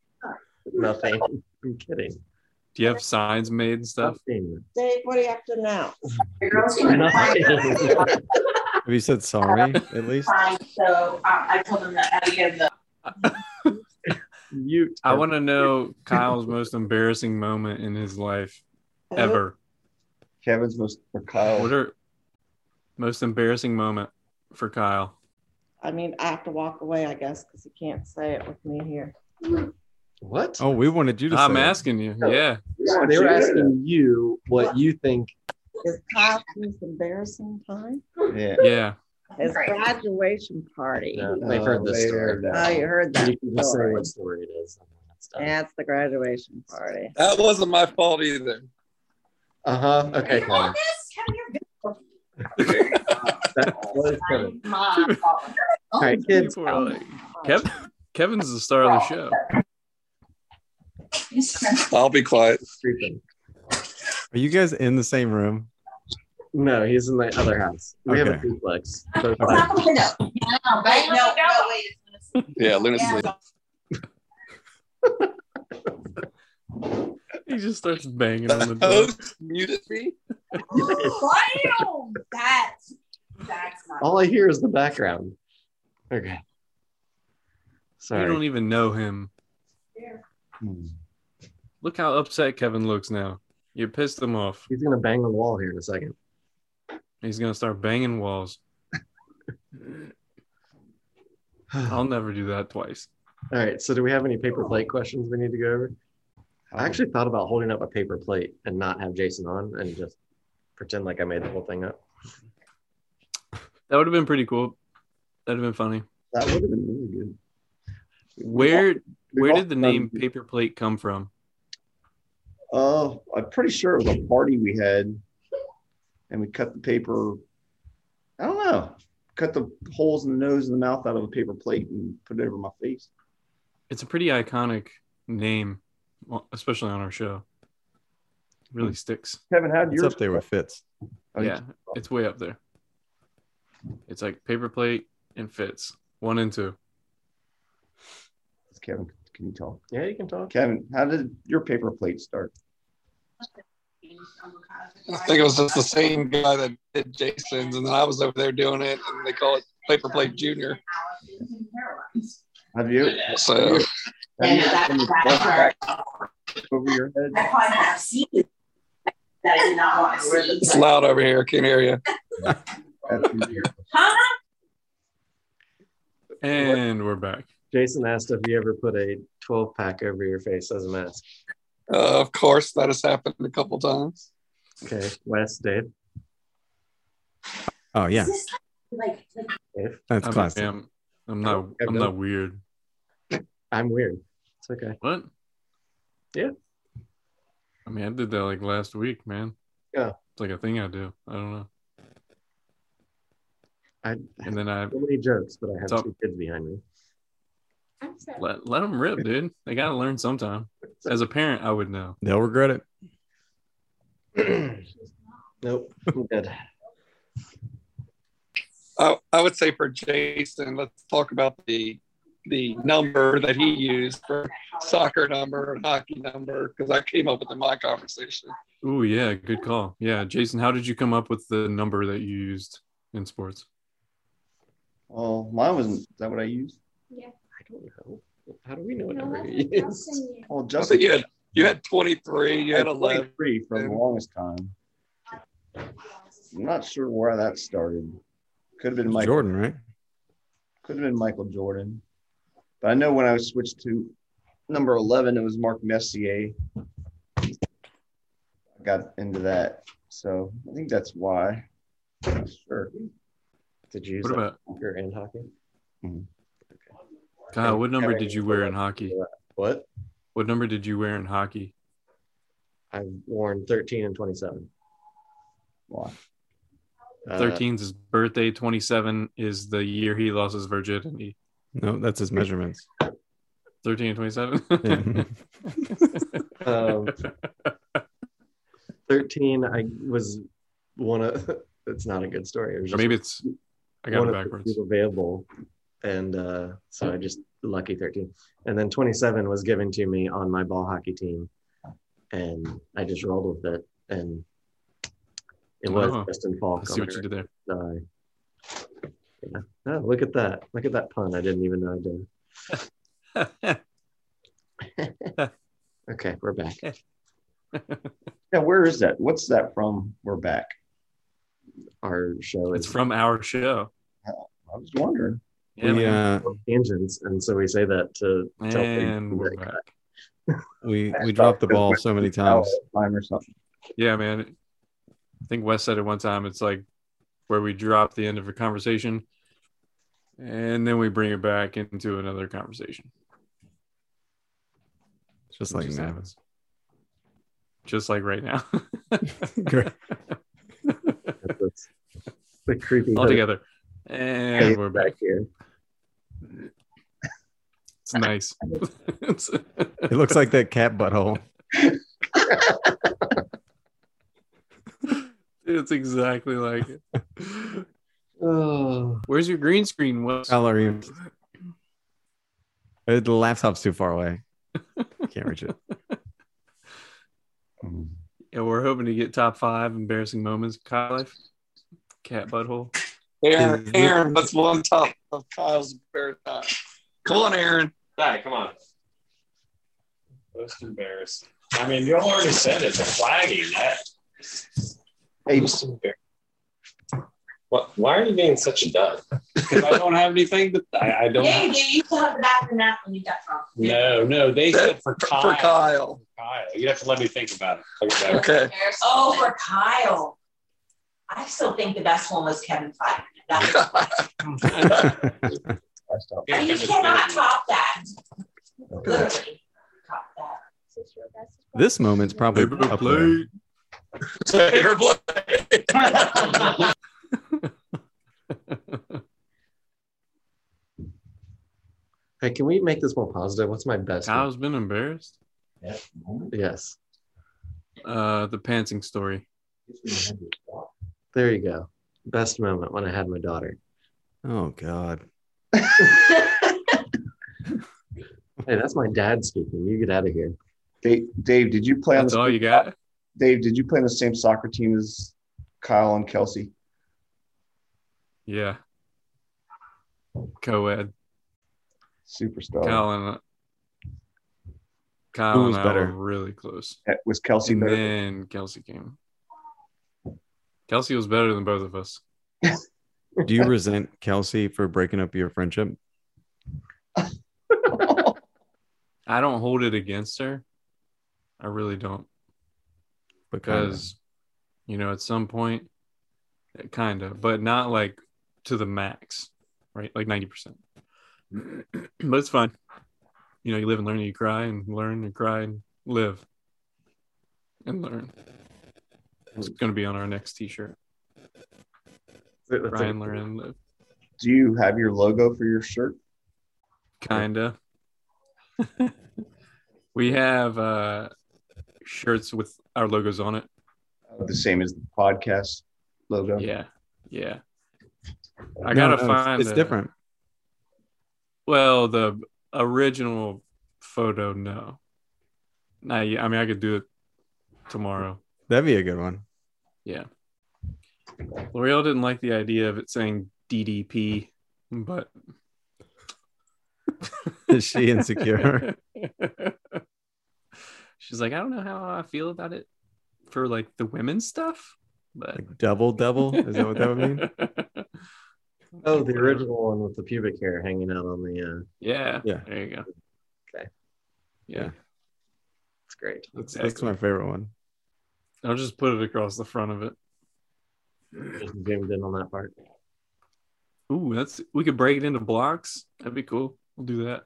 [SPEAKER 5] Nothing. I'm kidding.
[SPEAKER 2] Do you have signs made and stuff?
[SPEAKER 5] Nothing.
[SPEAKER 13] Dave, what are you up to now?
[SPEAKER 9] The girls can
[SPEAKER 5] Nothing.
[SPEAKER 3] Have you said sorry at least?
[SPEAKER 9] find. So uh, I told them that at the end of the.
[SPEAKER 5] you.
[SPEAKER 2] I want to know Kyle's most embarrassing moment in his life ever.
[SPEAKER 6] Kevin's most or
[SPEAKER 7] Oh.
[SPEAKER 6] Kyle.
[SPEAKER 2] What are most embarrassing moment for Kyle?
[SPEAKER 13] I mean, I have to walk away, I guess, because you can't say it with me here.
[SPEAKER 5] What?
[SPEAKER 3] Oh, we wanted you to.
[SPEAKER 2] I'm
[SPEAKER 3] say it.
[SPEAKER 2] asking you.
[SPEAKER 7] Oh.
[SPEAKER 2] Yeah.
[SPEAKER 5] Yeah, they were asking you what you think.
[SPEAKER 13] Is Kyle's most embarrassing time?
[SPEAKER 6] Yeah.
[SPEAKER 2] Yeah.
[SPEAKER 13] His
[SPEAKER 9] Right.
[SPEAKER 13] graduation party.
[SPEAKER 5] Yeah, they've heard this
[SPEAKER 6] they
[SPEAKER 5] story.
[SPEAKER 6] heard that.
[SPEAKER 13] Oh, you heard that
[SPEAKER 5] You can just say
[SPEAKER 13] story.
[SPEAKER 5] what story it is.
[SPEAKER 13] That's the graduation party.
[SPEAKER 7] That wasn't my fault either.
[SPEAKER 5] Uh huh. Okay.
[SPEAKER 9] you
[SPEAKER 5] Kevin.
[SPEAKER 9] want this? Kevin, you're good.
[SPEAKER 5] That was Kevin.
[SPEAKER 9] I'm my fault.
[SPEAKER 5] All right, kids.
[SPEAKER 2] People are like, Kev- Kevin's the star of the show.
[SPEAKER 9] Oh,
[SPEAKER 7] I'll be quiet.
[SPEAKER 5] creeping.
[SPEAKER 3] Are you guys in the same room?
[SPEAKER 5] No, he's in the other house. We have a
[SPEAKER 3] Okay.
[SPEAKER 5] duplex.
[SPEAKER 9] Stop the window. No, bang on the window.
[SPEAKER 7] Yeah, Luna's
[SPEAKER 9] Yeah.
[SPEAKER 7] asleep.
[SPEAKER 2] He just starts banging on the
[SPEAKER 7] The
[SPEAKER 6] Oh,
[SPEAKER 2] door.
[SPEAKER 7] host muted me.
[SPEAKER 9] Damn, that's that's not.
[SPEAKER 5] All I hear is the background. Okay.
[SPEAKER 2] You
[SPEAKER 5] Sorry.
[SPEAKER 2] don't even know him.
[SPEAKER 6] Hmm.
[SPEAKER 2] Look how upset Kevin looks now. You pissed him off.
[SPEAKER 5] He's gonna bang the wall here in a second.
[SPEAKER 2] He's gonna start banging walls. I'll never do that twice.
[SPEAKER 5] All right. So, do we have any paper plate questions we need to go over?
[SPEAKER 3] Oh.
[SPEAKER 5] I actually thought about holding up a paper plate and not have Jason on and just pretend like I made the whole thing up.
[SPEAKER 2] That would have been pretty cool. That'd have been funny.
[SPEAKER 6] That would have been really good.
[SPEAKER 2] Where
[SPEAKER 6] We've
[SPEAKER 2] where
[SPEAKER 6] all
[SPEAKER 2] did the
[SPEAKER 6] done-
[SPEAKER 2] name paper plate come from?
[SPEAKER 6] Uh, I'm pretty sure it was a party we had, and we cut the paper. I don't know. Cut the holes in the nose and the mouth out of a paper plate and put it over my face.
[SPEAKER 2] It's a pretty iconic name, well, especially on our show. Really
[SPEAKER 6] Hmm.
[SPEAKER 2] sticks.
[SPEAKER 6] Kevin, how did
[SPEAKER 3] It's
[SPEAKER 6] yours?
[SPEAKER 3] up there with Fitz.
[SPEAKER 6] Oh,
[SPEAKER 2] yeah, it's way up there. It's like paper plate and fits one and two.
[SPEAKER 6] it's Kevin, can you talk?
[SPEAKER 5] Yeah, you can talk.
[SPEAKER 6] Kevin, how did your paper plate start?
[SPEAKER 7] I think it was just the same guy that did Jason's, and then I was over there doing it, and they call it Paper Plate Junior.
[SPEAKER 6] Have you?
[SPEAKER 7] So,
[SPEAKER 6] Have you- have you flashbacks over your head?
[SPEAKER 12] That I did not want
[SPEAKER 7] it's loud over here. I can't hear you.
[SPEAKER 12] Huh?
[SPEAKER 2] And we're back.
[SPEAKER 5] Jason asked if you ever put a 12 pack over your face as a mask.
[SPEAKER 7] Uh, of course, that has happened a couple times.
[SPEAKER 5] Okay, Wes, Dave.
[SPEAKER 3] Oh yeah,
[SPEAKER 12] Like, like
[SPEAKER 5] Dave.
[SPEAKER 3] that's
[SPEAKER 2] I'm,
[SPEAKER 3] classic.
[SPEAKER 2] I'm, I'm not. I'm not weird.
[SPEAKER 5] I'm weird. It's okay.
[SPEAKER 2] What?
[SPEAKER 5] Yeah.
[SPEAKER 2] I mean, I did that like last week, man.
[SPEAKER 5] Yeah.
[SPEAKER 2] It's like a thing I do. I don't know.
[SPEAKER 5] I
[SPEAKER 2] and then I
[SPEAKER 5] So many jokes, but I have
[SPEAKER 2] Top-
[SPEAKER 5] two kids behind me.
[SPEAKER 2] let let them rip, dude. They gotta learn sometime. As a parent, I would know.
[SPEAKER 3] They'll regret it.
[SPEAKER 5] Nope. I'm good.
[SPEAKER 7] I, I would say for Jason, let's talk about the the number that he used for soccer number and hockey number because I came up with it in my conversation.
[SPEAKER 2] Ooh, yeah, good call. Yeah, Jason, how did you come up with the number that you used in sports?
[SPEAKER 6] Well, mine wasn't. Is that what I used?
[SPEAKER 12] Yeah.
[SPEAKER 5] I don't know. How do we know what
[SPEAKER 12] No,
[SPEAKER 5] number
[SPEAKER 12] that's
[SPEAKER 5] he
[SPEAKER 12] what
[SPEAKER 5] is?
[SPEAKER 12] Justin used.
[SPEAKER 6] Well,
[SPEAKER 7] I
[SPEAKER 6] just
[SPEAKER 7] think you had you had 23, you had 11.
[SPEAKER 6] 23 for the longest time. I'm not sure where that started. Could have been Michael.
[SPEAKER 3] Jordan, right?
[SPEAKER 6] Could have been Michael Jordan. But I know when I switched to number 11, it was Mark Messier. I got into that. So I think that's why. Sure.
[SPEAKER 5] Did you use
[SPEAKER 2] What
[SPEAKER 5] that
[SPEAKER 2] about
[SPEAKER 5] soccer and hockey?
[SPEAKER 2] Kyle? What number did you wear in hockey?
[SPEAKER 5] What?
[SPEAKER 2] What number did you wear in hockey?
[SPEAKER 5] I've worn 13 and 27.
[SPEAKER 6] Why?
[SPEAKER 5] Uh,
[SPEAKER 2] 13's his birthday. 27 is the year he lost his virginity.
[SPEAKER 3] No, that's his measurements.
[SPEAKER 2] 13 and 27.
[SPEAKER 3] Yeah.
[SPEAKER 5] Um, 13, I was one of, it's not a good story. It was
[SPEAKER 2] or
[SPEAKER 5] just
[SPEAKER 2] maybe it's, I got
[SPEAKER 5] one
[SPEAKER 2] it
[SPEAKER 5] of the
[SPEAKER 2] backwards.
[SPEAKER 5] few available. And uh, so I just lucky 13. And then 27 was given to me on my ball hockey team. And I just rolled with it. And it was
[SPEAKER 2] Oh,
[SPEAKER 5] Justin Falk.
[SPEAKER 2] I see what you did there.
[SPEAKER 5] did yeah. Oh, look at that. Look at that pun. I didn't even know I did. Okay, we're back.
[SPEAKER 6] Yeah, where is that? What's that from? We're back.
[SPEAKER 5] Our show
[SPEAKER 2] It's
[SPEAKER 5] is
[SPEAKER 2] from our show.
[SPEAKER 6] I was wondering.
[SPEAKER 2] Yeah,
[SPEAKER 3] we,
[SPEAKER 2] man.
[SPEAKER 3] uh,
[SPEAKER 5] tangents. And so we say that to tell
[SPEAKER 2] and
[SPEAKER 5] people
[SPEAKER 2] we're
[SPEAKER 5] that
[SPEAKER 2] back.
[SPEAKER 3] we we dropped the ball so many times.
[SPEAKER 6] Time or something.
[SPEAKER 2] Yeah, man. I think Wes said it one time. It's like where we drop the end of a conversation and then we bring it back into another conversation.
[SPEAKER 3] Just
[SPEAKER 2] It
[SPEAKER 3] like
[SPEAKER 2] just
[SPEAKER 3] now.
[SPEAKER 2] happens. Just like right now.
[SPEAKER 3] Great.
[SPEAKER 5] that's the creepy
[SPEAKER 2] All together. And we're back.
[SPEAKER 5] here.
[SPEAKER 2] It's nice. It's-
[SPEAKER 3] It looks like that cat butthole.
[SPEAKER 2] it's exactly like it.
[SPEAKER 5] Oh,
[SPEAKER 2] Where's your green screen? Wes?
[SPEAKER 3] Tyler Reeves. Uh, The laptop's too far away. Can't reach it.
[SPEAKER 2] Yeah, we're hoping to get top five embarrassing moments. Kyle life, cat butthole.
[SPEAKER 7] Aaron, Aaron, that's one top of Kyle's bear time. Come on, Aaron.
[SPEAKER 11] Dad, come on. Most embarrassed. I mean, you already said it. The flagging that.
[SPEAKER 6] Hey,
[SPEAKER 11] Most embarrassed. What, why are you being such a dud? Because I don't have anything to. I, I don't.
[SPEAKER 12] Yeah, you did. You still have the bathroom map when you got drunk.
[SPEAKER 11] No, no, they said for Kyle.
[SPEAKER 7] For Kyle.
[SPEAKER 11] Kyle. You have to let me think about it. Think about it.
[SPEAKER 7] Okay.
[SPEAKER 12] Oh, for Kyle. I still think the best one was Kevin Feige. That was-
[SPEAKER 6] I stopped.
[SPEAKER 11] Yeah,
[SPEAKER 12] You
[SPEAKER 11] Kevin's
[SPEAKER 12] cannot
[SPEAKER 11] good.
[SPEAKER 12] top that.
[SPEAKER 6] Okay.
[SPEAKER 12] Literally top that.
[SPEAKER 3] This moment's probably
[SPEAKER 2] Paper
[SPEAKER 3] up there.
[SPEAKER 2] plate.
[SPEAKER 7] Favorite play.
[SPEAKER 5] Hey, can we make this more positive? What's my best?
[SPEAKER 2] Kyle's been embarrassed.
[SPEAKER 5] one? Yes.
[SPEAKER 2] Uh, the pantsing story.
[SPEAKER 5] There you go. Best moment when I had my daughter.
[SPEAKER 3] Oh God.
[SPEAKER 5] Hey, that's my dad speaking. You get out of here.
[SPEAKER 6] Dave, Dave, did you play on
[SPEAKER 2] That's
[SPEAKER 6] the
[SPEAKER 2] all you got.
[SPEAKER 6] Dave, did you play on the same soccer team as Kyle and Kelsey?
[SPEAKER 2] Yeah. Co ed.
[SPEAKER 6] Superstar.
[SPEAKER 2] Kyle and uh, Kyle
[SPEAKER 6] Oh. Who was
[SPEAKER 2] and I
[SPEAKER 6] better?
[SPEAKER 2] were really close.
[SPEAKER 6] Uh, Was Kelsey
[SPEAKER 2] and
[SPEAKER 6] better?
[SPEAKER 2] then Kelsey came. Kelsey was better than both of us.
[SPEAKER 3] Do you resent Kelsey for breaking up your friendship?
[SPEAKER 2] I don't hold it against her. I really don't. Because, you know, at some point, kind of, but not like to the max, right? Like 90%. but it's fine. You know, you live and learn, and you cry and learn and cry and live and learn. It's going to be on our next t shirt. Cry and learn and live.
[SPEAKER 6] Do you have your logo for your shirt?
[SPEAKER 2] Kinda. we have uh, shirts with our logos on it.
[SPEAKER 6] Uh, The same as the podcast logo.
[SPEAKER 2] Yeah. Yeah. I
[SPEAKER 3] No,
[SPEAKER 2] gotta
[SPEAKER 3] no, it's-
[SPEAKER 2] find
[SPEAKER 3] It's
[SPEAKER 2] the-
[SPEAKER 3] different.
[SPEAKER 2] Well, the original photo, no. Not yet. I mean, I could do it tomorrow.
[SPEAKER 3] That'd be a good one.
[SPEAKER 2] Yeah. L'Oreal didn't like the idea of it saying DDP, but
[SPEAKER 3] Is she insecure?
[SPEAKER 2] she's like, I don't know how I feel about it for like the women's stuff, but
[SPEAKER 3] Double double. Is that what that would mean?
[SPEAKER 5] Oh, the original one with the pubic hair hanging out on the. Uh,
[SPEAKER 2] yeah,
[SPEAKER 3] Yeah.
[SPEAKER 2] there you go.
[SPEAKER 5] Okay.
[SPEAKER 2] Yeah.
[SPEAKER 3] Yeah.
[SPEAKER 5] it's great.
[SPEAKER 3] That's, that's
[SPEAKER 2] Exactly.
[SPEAKER 3] my favorite one.
[SPEAKER 2] I'll just put it across the front of it.
[SPEAKER 5] Just zoomed in on that part.
[SPEAKER 2] Ooh, that's we could break it into blocks. That'd be cool. We'll do that.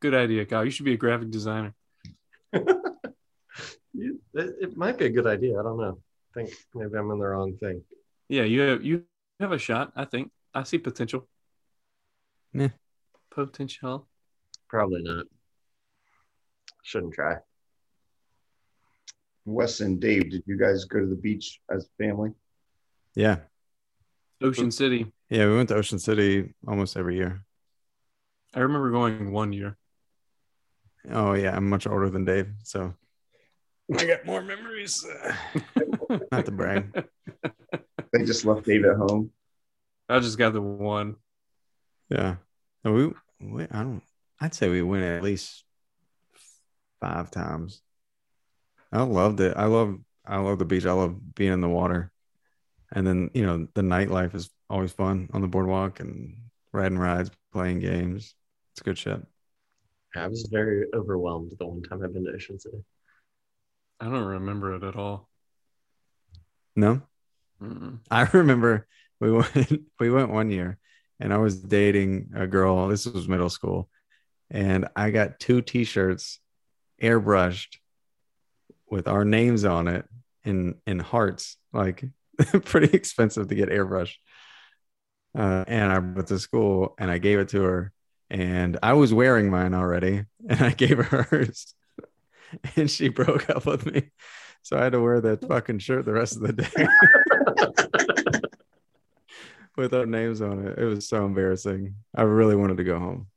[SPEAKER 2] Good idea, Kyle. You should be a graphic designer.
[SPEAKER 5] It, it might be a good idea. I don't know. I think maybe I'm in the wrong thing.
[SPEAKER 2] Yeah, you have you have a shot. I think I see potential.
[SPEAKER 3] Yeah.
[SPEAKER 2] Potential.
[SPEAKER 5] Probably not. Shouldn't try.
[SPEAKER 6] Wes and Dave, did you guys go to the beach as a family?
[SPEAKER 3] Yeah.
[SPEAKER 2] Ocean City.
[SPEAKER 3] Yeah. We went to Ocean City almost every year.
[SPEAKER 2] I remember going one year.
[SPEAKER 3] Oh, yeah. I'm much older than Dave. So
[SPEAKER 2] I got more memories.
[SPEAKER 3] not to brag.
[SPEAKER 6] They just left Dave at home.
[SPEAKER 2] I just got the one.
[SPEAKER 3] Yeah. No, we, we, I don't, I'd say we went at least five times. I loved it. I love, I love the beach. I love being in the water. And then, you know, the nightlife is always fun on the boardwalk and riding rides, playing games. It's good shit.
[SPEAKER 5] I was very overwhelmed the one time I've been to Ocean City.
[SPEAKER 2] I don't remember it at all.
[SPEAKER 3] No,
[SPEAKER 2] Mm-mm.
[SPEAKER 3] I remember we went we went one year and I was dating a girl. This was middle school. And I got two t-shirts airbrushed with our names on it in in hearts, like pretty expensive to get airbrushed. Uh, and I went to school and I gave it to her and I was wearing mine already and I gave her hers and she broke up with me. So I had to wear that fucking shirt the rest of the day with our names on it. It was so embarrassing. I really wanted to go home.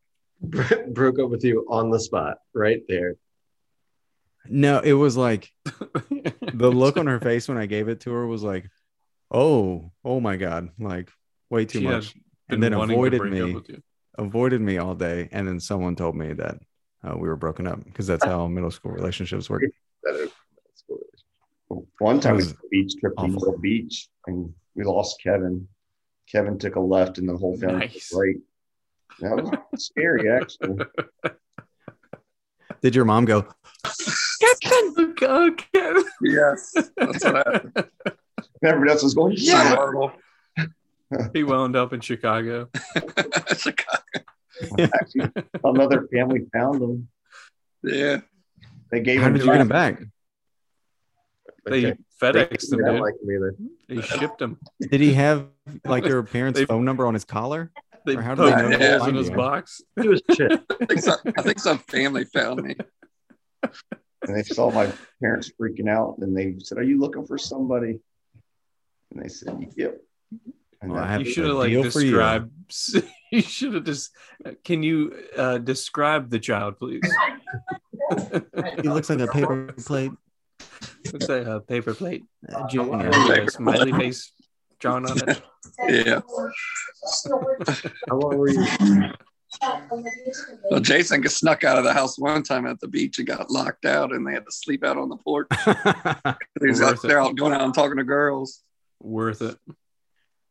[SPEAKER 5] Broke up with you on the spot right there.
[SPEAKER 3] No, it was like the look on her face when I gave it to her was like, oh, oh my God, like way too
[SPEAKER 2] She had
[SPEAKER 3] much.
[SPEAKER 2] been
[SPEAKER 3] And then
[SPEAKER 2] wanting to
[SPEAKER 3] avoided
[SPEAKER 2] break up
[SPEAKER 3] me,
[SPEAKER 2] with you.
[SPEAKER 3] avoided me all day. And then someone told me that uh, we were broken up because that's how middle school relationships work.
[SPEAKER 6] That- that's what it is. One time we
[SPEAKER 3] That was
[SPEAKER 6] took a beach trip to
[SPEAKER 3] awful.
[SPEAKER 6] Myrtle Beach and we lost Kevin. Kevin took a left and the whole family
[SPEAKER 2] Nice.
[SPEAKER 6] took a right. That was scary, actually.
[SPEAKER 3] Did your mom go,
[SPEAKER 2] Go, Kevin.
[SPEAKER 7] Yes, that's what happened.
[SPEAKER 6] Everybody else was going, yeah.
[SPEAKER 7] Horrible.
[SPEAKER 2] He wound up in Chicago.
[SPEAKER 7] Chicago.
[SPEAKER 6] Actually, another family found him.
[SPEAKER 7] Yeah.
[SPEAKER 6] They gave
[SPEAKER 3] how
[SPEAKER 6] him
[SPEAKER 3] did you get him back?
[SPEAKER 2] They
[SPEAKER 5] Okay.
[SPEAKER 2] FedExed
[SPEAKER 5] They
[SPEAKER 2] him,
[SPEAKER 5] don't
[SPEAKER 2] dude.
[SPEAKER 5] like me either.
[SPEAKER 2] They shipped him.
[SPEAKER 3] Did he have like your parents'
[SPEAKER 2] They-
[SPEAKER 3] phone number on his collar?
[SPEAKER 2] They
[SPEAKER 3] Or how
[SPEAKER 2] poked
[SPEAKER 3] do they know to
[SPEAKER 2] holes in
[SPEAKER 3] find
[SPEAKER 2] his
[SPEAKER 3] you?
[SPEAKER 2] box.
[SPEAKER 5] He was shit.
[SPEAKER 7] I think, some, I think some family found me.
[SPEAKER 6] and they saw my parents freaking out and they said, Are you looking for somebody? And they said, Yep. And
[SPEAKER 3] Well,
[SPEAKER 6] that-
[SPEAKER 3] I have
[SPEAKER 2] you
[SPEAKER 3] a
[SPEAKER 2] should have like
[SPEAKER 3] deal for you.
[SPEAKER 2] described. You should have just. Can you uh, describe the child, please?
[SPEAKER 3] He looks like a paper plate.
[SPEAKER 2] Looks like a paper plate. Uh,
[SPEAKER 1] Junior
[SPEAKER 2] with a smiley face drawn on it.
[SPEAKER 7] Yeah.
[SPEAKER 2] How long were you?
[SPEAKER 7] Well, Jason got snuck out of the house one time at the beach and got locked out, and they had to sleep out on the porch. he was out
[SPEAKER 2] Worth it.
[SPEAKER 7] there out going out and talking to girls.
[SPEAKER 2] Worth it.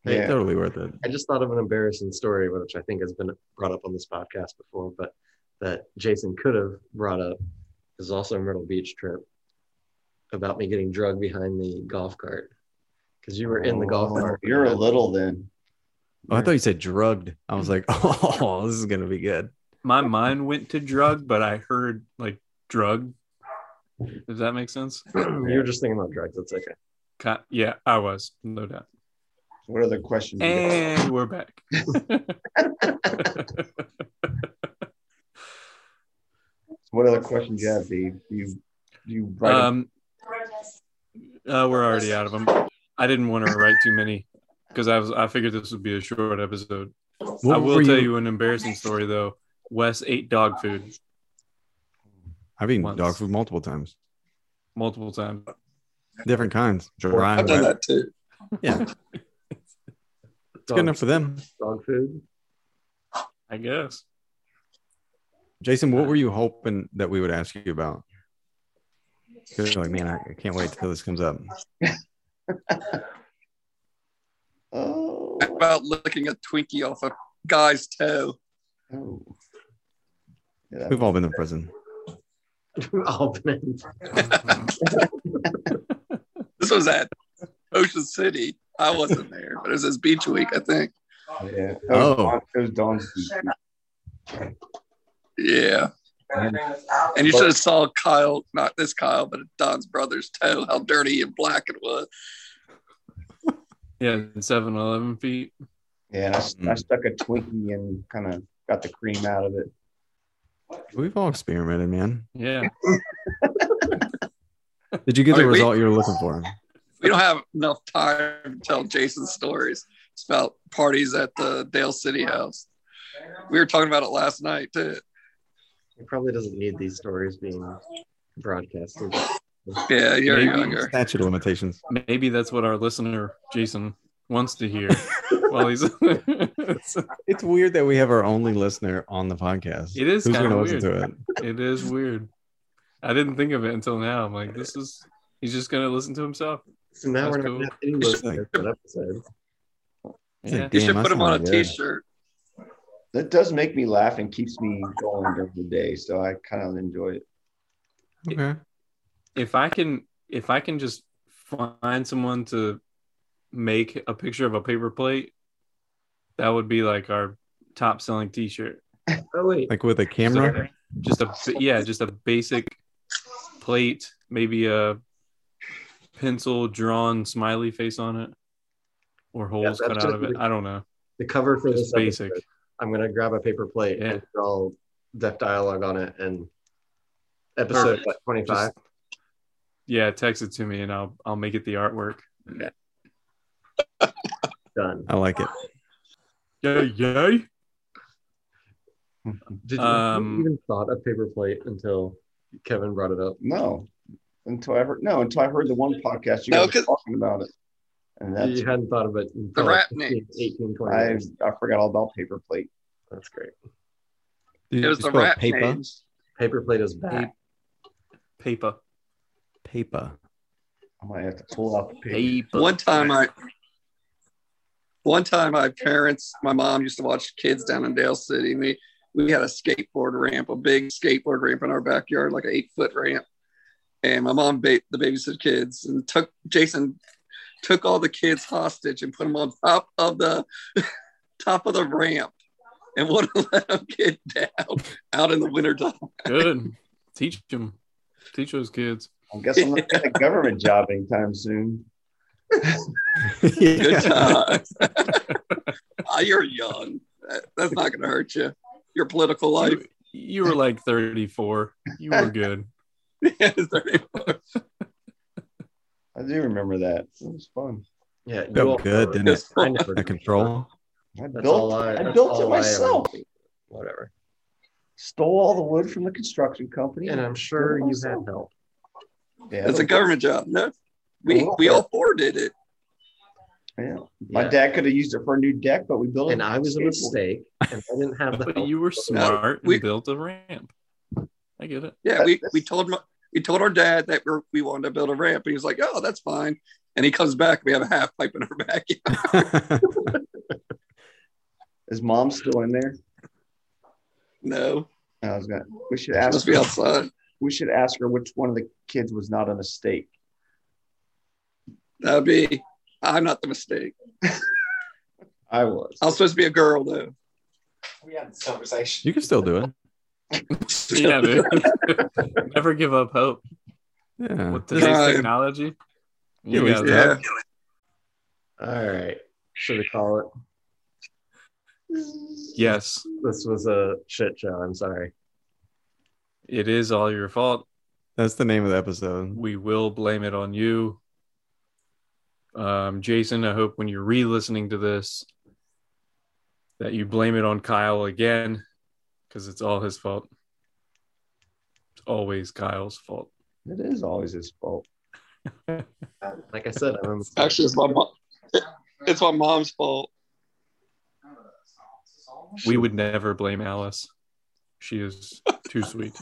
[SPEAKER 7] Yeah.
[SPEAKER 3] Totally worth it.
[SPEAKER 5] I just thought of an embarrassing story, which I think has been brought up on this podcast before, but that Jason could have brought up is also a Myrtle Beach trip about me getting drugged behind the golf cart because you were in the golf
[SPEAKER 6] Oh,
[SPEAKER 5] cart.
[SPEAKER 6] You're a little then.
[SPEAKER 3] Oh, I thought you said drugged. I was like, oh, this is gonna be good.
[SPEAKER 2] My mind went to drug, but I heard like drug. Does that make sense?
[SPEAKER 5] you were just thinking about drugs. That's okay.
[SPEAKER 2] Ca- Yeah, I was, no doubt.
[SPEAKER 6] What other questions? you got?
[SPEAKER 2] And we're back.
[SPEAKER 6] What other questions you have, Dave? You you write a-
[SPEAKER 2] Um, uh, we're already out of them. I didn't want to write too many because I was I figured this would be a short episode.
[SPEAKER 3] What
[SPEAKER 2] I will
[SPEAKER 3] were
[SPEAKER 2] tell
[SPEAKER 3] you-
[SPEAKER 2] you an embarrassing story though. Wes ate dog food
[SPEAKER 3] I've eaten
[SPEAKER 2] Once.
[SPEAKER 3] dog food multiple times,
[SPEAKER 2] multiple times.
[SPEAKER 3] different kinds. Dry,
[SPEAKER 7] I've done
[SPEAKER 3] wet.
[SPEAKER 7] that too.
[SPEAKER 3] Yeah, it's good enough for them.
[SPEAKER 5] Dog food.
[SPEAKER 2] I guess.
[SPEAKER 3] Jason,
[SPEAKER 2] Uh,
[SPEAKER 3] what were you hoping that we would ask you about? 'Cause you're like, man, I, I can't wait till this comes up.
[SPEAKER 6] oh,
[SPEAKER 7] About licking a Twinkie off a guy's toe.
[SPEAKER 3] We've all been to prison.
[SPEAKER 5] all been.
[SPEAKER 7] This was at Ocean City. I wasn't there, but it was this beach week, I think.
[SPEAKER 6] yeah.
[SPEAKER 3] Oh.
[SPEAKER 6] Dawn- it was Dawn's.
[SPEAKER 7] Yeah. And you should have saw Kyle, not this Kyle, but Don's brother's toe, how dirty and black it was.
[SPEAKER 2] Yeah, seven eleven feet.
[SPEAKER 6] Yeah, and I, I stuck a Twinkie and kind of got the cream out of it.
[SPEAKER 3] We've all experimented, man.
[SPEAKER 2] Yeah.
[SPEAKER 3] Did you get
[SPEAKER 7] I
[SPEAKER 3] the
[SPEAKER 7] mean, we-
[SPEAKER 3] result you were looking for?
[SPEAKER 7] We don't have enough time to tell Jason's stories. It's about parties at the Dale City House. We were talking about it last night too.
[SPEAKER 5] He probably doesn't need these stories being broadcasted.
[SPEAKER 7] Yeah, you're
[SPEAKER 2] Maybe.
[SPEAKER 7] younger.
[SPEAKER 3] Statute of limitations.
[SPEAKER 2] Maybe that's what our listener Jason wants to hear while he's
[SPEAKER 3] It's weird that we have our only listener on the podcast.
[SPEAKER 2] It is
[SPEAKER 3] Who's
[SPEAKER 2] kind
[SPEAKER 3] gonna
[SPEAKER 2] of
[SPEAKER 3] listen
[SPEAKER 2] weird.
[SPEAKER 3] to it?
[SPEAKER 2] it is weird. I didn't think of it until now. I'm like, this is he's just gonna listen to himself.
[SPEAKER 5] So now
[SPEAKER 2] That's
[SPEAKER 5] we're not
[SPEAKER 2] cool.
[SPEAKER 5] gonna have any listeners for that episode.
[SPEAKER 3] It's like,
[SPEAKER 2] Yeah. You
[SPEAKER 7] You should
[SPEAKER 3] damn,
[SPEAKER 7] put
[SPEAKER 3] that's
[SPEAKER 7] him on a
[SPEAKER 3] not good.
[SPEAKER 7] shirt
[SPEAKER 6] That does make me laugh and keeps me going during the day, so I kind of enjoy it.
[SPEAKER 3] Okay.
[SPEAKER 2] If I can if I can just find someone to make a picture of a paper plate, that would be like our top selling t shirt.
[SPEAKER 5] Oh wait,
[SPEAKER 3] Like with a camera.
[SPEAKER 2] Just a yeah, just a basic plate, maybe a pencil drawn smiley face on it. Or holes
[SPEAKER 5] that's
[SPEAKER 2] cut
[SPEAKER 5] just
[SPEAKER 2] out of it. I don't know.
[SPEAKER 5] the cover for
[SPEAKER 2] Just
[SPEAKER 5] this
[SPEAKER 2] basic.
[SPEAKER 5] episode, I'm gonna grab a paper plate and draw deaf dialogue on it and episode
[SPEAKER 2] Perfect.
[SPEAKER 5] what, 25.
[SPEAKER 2] Just- yeah, text it to me and I'll I'll make it the artwork.
[SPEAKER 5] done.
[SPEAKER 3] I like it.
[SPEAKER 2] Yay, yay.
[SPEAKER 5] Did you
[SPEAKER 2] Um,
[SPEAKER 5] you even thought of paper plate until Kevin brought it up?
[SPEAKER 6] No, until I heard no until I heard the one podcast you
[SPEAKER 7] No,
[SPEAKER 6] guys were
[SPEAKER 7] 'cause-
[SPEAKER 6] talking about it, and that's
[SPEAKER 5] you hadn't thought of it until
[SPEAKER 7] The
[SPEAKER 5] like
[SPEAKER 7] rat
[SPEAKER 5] 15, 18, 20
[SPEAKER 6] I
[SPEAKER 5] years.
[SPEAKER 6] I forgot all about paper plate.
[SPEAKER 5] That's great.
[SPEAKER 3] Did
[SPEAKER 7] It
[SPEAKER 3] you
[SPEAKER 7] was the
[SPEAKER 3] spell
[SPEAKER 7] rat
[SPEAKER 3] paper.
[SPEAKER 7] names.
[SPEAKER 5] Paper plate is back.
[SPEAKER 2] Paper.
[SPEAKER 3] Paper.
[SPEAKER 6] I might have to pull out the paper.
[SPEAKER 2] Paper.
[SPEAKER 7] One time I one time my parents, my mom used to watch kids down in Dale City. We we had a skateboard ramp, a big skateboard ramp in our backyard, like an eight foot ramp. And my mom bait the babysit kids and took Jason took all the kids hostage and put them on top of the top of the ramp and wouldn't let them get down out in the wintertime.
[SPEAKER 2] Good. Teach them. Teach those kids.
[SPEAKER 6] I guess I'm not getting a government job anytime soon.
[SPEAKER 7] Good times. Ah, You're young. That- That's not going to hurt you. Your political life.
[SPEAKER 2] You, you were like 34. You were good.
[SPEAKER 7] is there any more?
[SPEAKER 6] I do remember that. It was fun.
[SPEAKER 5] Yeah, you all-
[SPEAKER 3] Felt good, didn't it?
[SPEAKER 5] I never
[SPEAKER 3] That control.
[SPEAKER 6] I
[SPEAKER 5] That's
[SPEAKER 6] built
[SPEAKER 5] all I-
[SPEAKER 6] I,
[SPEAKER 5] that's
[SPEAKER 6] built
[SPEAKER 5] all
[SPEAKER 6] it
[SPEAKER 5] I ever-
[SPEAKER 6] myself.
[SPEAKER 5] whatever.
[SPEAKER 6] Stole all the wood from the construction company.
[SPEAKER 5] And I'm
[SPEAKER 6] built
[SPEAKER 5] sure
[SPEAKER 6] it
[SPEAKER 5] you
[SPEAKER 6] myself.
[SPEAKER 5] had help.
[SPEAKER 6] Yeah,
[SPEAKER 7] That's uh, a government job. No, we
[SPEAKER 6] little
[SPEAKER 7] we
[SPEAKER 6] bit.
[SPEAKER 7] all four did it.
[SPEAKER 6] Yeah. My dad could have used it for a new deck, but we built it.
[SPEAKER 5] And I was a mistake, and I didn't have the.
[SPEAKER 2] But
[SPEAKER 5] help.
[SPEAKER 2] you were smart
[SPEAKER 7] we-
[SPEAKER 2] and built a ramp. I get it.
[SPEAKER 7] Yeah, we, we told my, we told our dad that we're, we wanted to build a ramp, and he was like, "Oh, that's fine." And he comes back, we have a half pipe in our backyard.
[SPEAKER 6] Is mom still in there?
[SPEAKER 7] No.
[SPEAKER 6] I was gonna. We should ask.
[SPEAKER 7] must be outside.
[SPEAKER 6] We should ask her which one of the kids was not a mistake.
[SPEAKER 7] That'd be I'm not the mistake.
[SPEAKER 6] I was.
[SPEAKER 7] I was supposed to be a girl though.
[SPEAKER 9] We had this conversation.
[SPEAKER 3] You can still do it.
[SPEAKER 2] Yeah, dude. Never give up hope.
[SPEAKER 3] Yeah.
[SPEAKER 2] With
[SPEAKER 3] Just-
[SPEAKER 2] today's technology,
[SPEAKER 3] You
[SPEAKER 2] you
[SPEAKER 3] wasted
[SPEAKER 2] got
[SPEAKER 3] it.
[SPEAKER 5] All right. Should we call it?
[SPEAKER 2] Yes,
[SPEAKER 5] This was a shit show. I'm sorry.
[SPEAKER 2] it is all your fault.
[SPEAKER 3] That's the name of the episode.
[SPEAKER 2] We will blame it on you. Um, Jason, I hope when you're re listening to this that you blame it on Kyle again because it's all his fault. It's always Kyle's fault.
[SPEAKER 6] It is always his fault.
[SPEAKER 5] Like I said, I'm a mistake.
[SPEAKER 7] Actually, it's my mom. It's my mom's fault.
[SPEAKER 2] We would never blame Alice. She is too sweet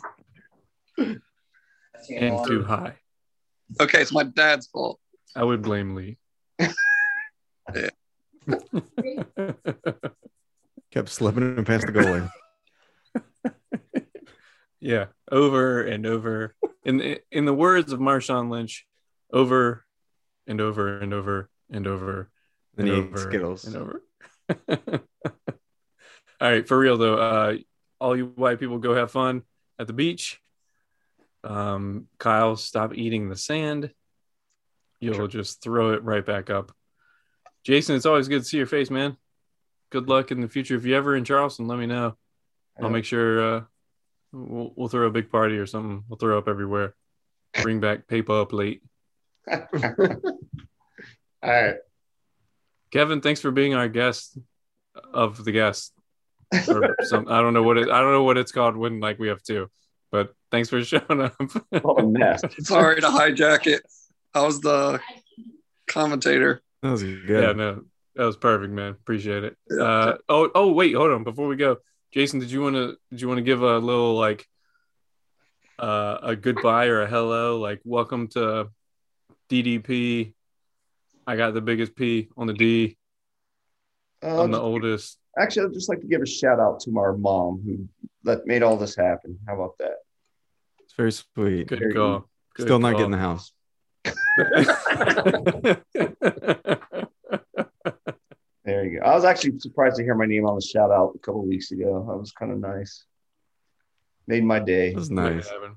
[SPEAKER 2] and too high.
[SPEAKER 7] Okay, it's my dad's fault.
[SPEAKER 2] I would blame Lee.
[SPEAKER 3] Kept slipping it past the goalie.
[SPEAKER 2] Yeah, over and over. In the, in the words of Marshawn Lynch, over and over and over and over
[SPEAKER 3] Then
[SPEAKER 2] and
[SPEAKER 3] he ate
[SPEAKER 2] over
[SPEAKER 3] Skittles.
[SPEAKER 2] and over. all right, for real though, uh, all you white people go have fun at the beach. Um, Kyle, stop eating the sand. You'll just throw it right back up. Jason, it's always good to see your face, man. Good luck in the future. If you're ever in Charleston, let me know. I'll make sure uh, we'll, we'll throw a big party or something. We'll throw up everywhere. Bring back paper up late.
[SPEAKER 6] All right.
[SPEAKER 2] Kevin, thanks for being our guest of the guest. Or some, I don't know what it, I don't know what it's called when like we have two, but thanks for showing up.
[SPEAKER 6] Oh, mess.
[SPEAKER 7] Sorry to hijack it. I was the commentator.
[SPEAKER 3] That was good.
[SPEAKER 2] Yeah, no, that was perfect, man. Appreciate it. Uh, oh, oh, wait, hold on. Before we go, Jason, did you want to? Did you want to give a little like uh, a goodbye or a hello? Like, welcome to DDP. I got the biggest P on the D.
[SPEAKER 3] Oh,
[SPEAKER 6] Uh,
[SPEAKER 2] I'm the oldest.
[SPEAKER 6] actually, I'd just like to give a shout out to our mom who that made all this happen. How about that?
[SPEAKER 3] It's very sweet.
[SPEAKER 2] Good call. Good
[SPEAKER 3] Still not
[SPEAKER 2] call.
[SPEAKER 3] getting the house.
[SPEAKER 6] There you go. I was actually surprised to hear my name on the shout out a couple weeks ago. That was kind of nice. Made my day.
[SPEAKER 3] That was
[SPEAKER 2] Make it
[SPEAKER 3] nice.
[SPEAKER 2] happen.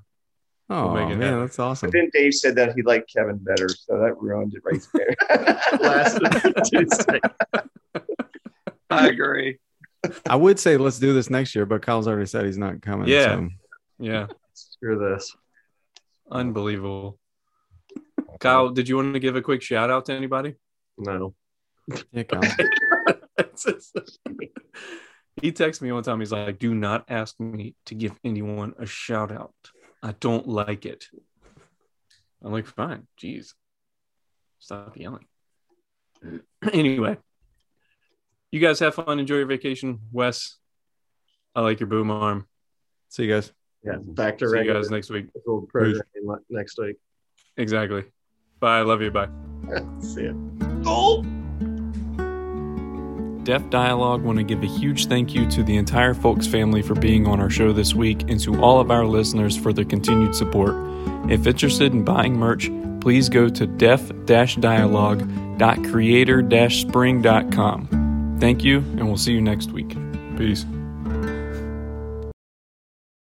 [SPEAKER 2] We'll
[SPEAKER 3] Oh
[SPEAKER 2] make it
[SPEAKER 3] man,
[SPEAKER 2] happen.
[SPEAKER 3] that's awesome.
[SPEAKER 6] But then Dave said that he liked Kevin better, so that ruined it right there.
[SPEAKER 7] I agree.
[SPEAKER 3] I would say let's do this next year, but Kyle's already said he's not coming.
[SPEAKER 2] Yeah.
[SPEAKER 3] so-
[SPEAKER 2] Yeah,
[SPEAKER 5] Screw this.
[SPEAKER 2] unbelievable. Kyle, did you want to give a quick shout out to anybody?
[SPEAKER 5] No.
[SPEAKER 3] yeah, Kyle.
[SPEAKER 2] he texted me one time. He's like, "Do not ask me to give anyone a shout out. I don't like it." I'm like, "Fine, jeez, stop yelling." anyway, you guys have fun. Enjoy your vacation, Wes. I like your boom arm.
[SPEAKER 3] See you guys.
[SPEAKER 5] Yeah. Back to
[SPEAKER 2] See you
[SPEAKER 5] regular
[SPEAKER 2] guys next week.
[SPEAKER 5] programming le- next week.
[SPEAKER 2] Exactly. Bye. I love you. Bye.
[SPEAKER 5] See ya.
[SPEAKER 2] Deaf Dialogue want to give a huge thank you to the entire Folks family for being on our show this week and to all of our listeners for their continued support. If interested in buying merch, please go to deaf-dialogue.creator-spring.com. Thank you, and we'll see you next week. Peace.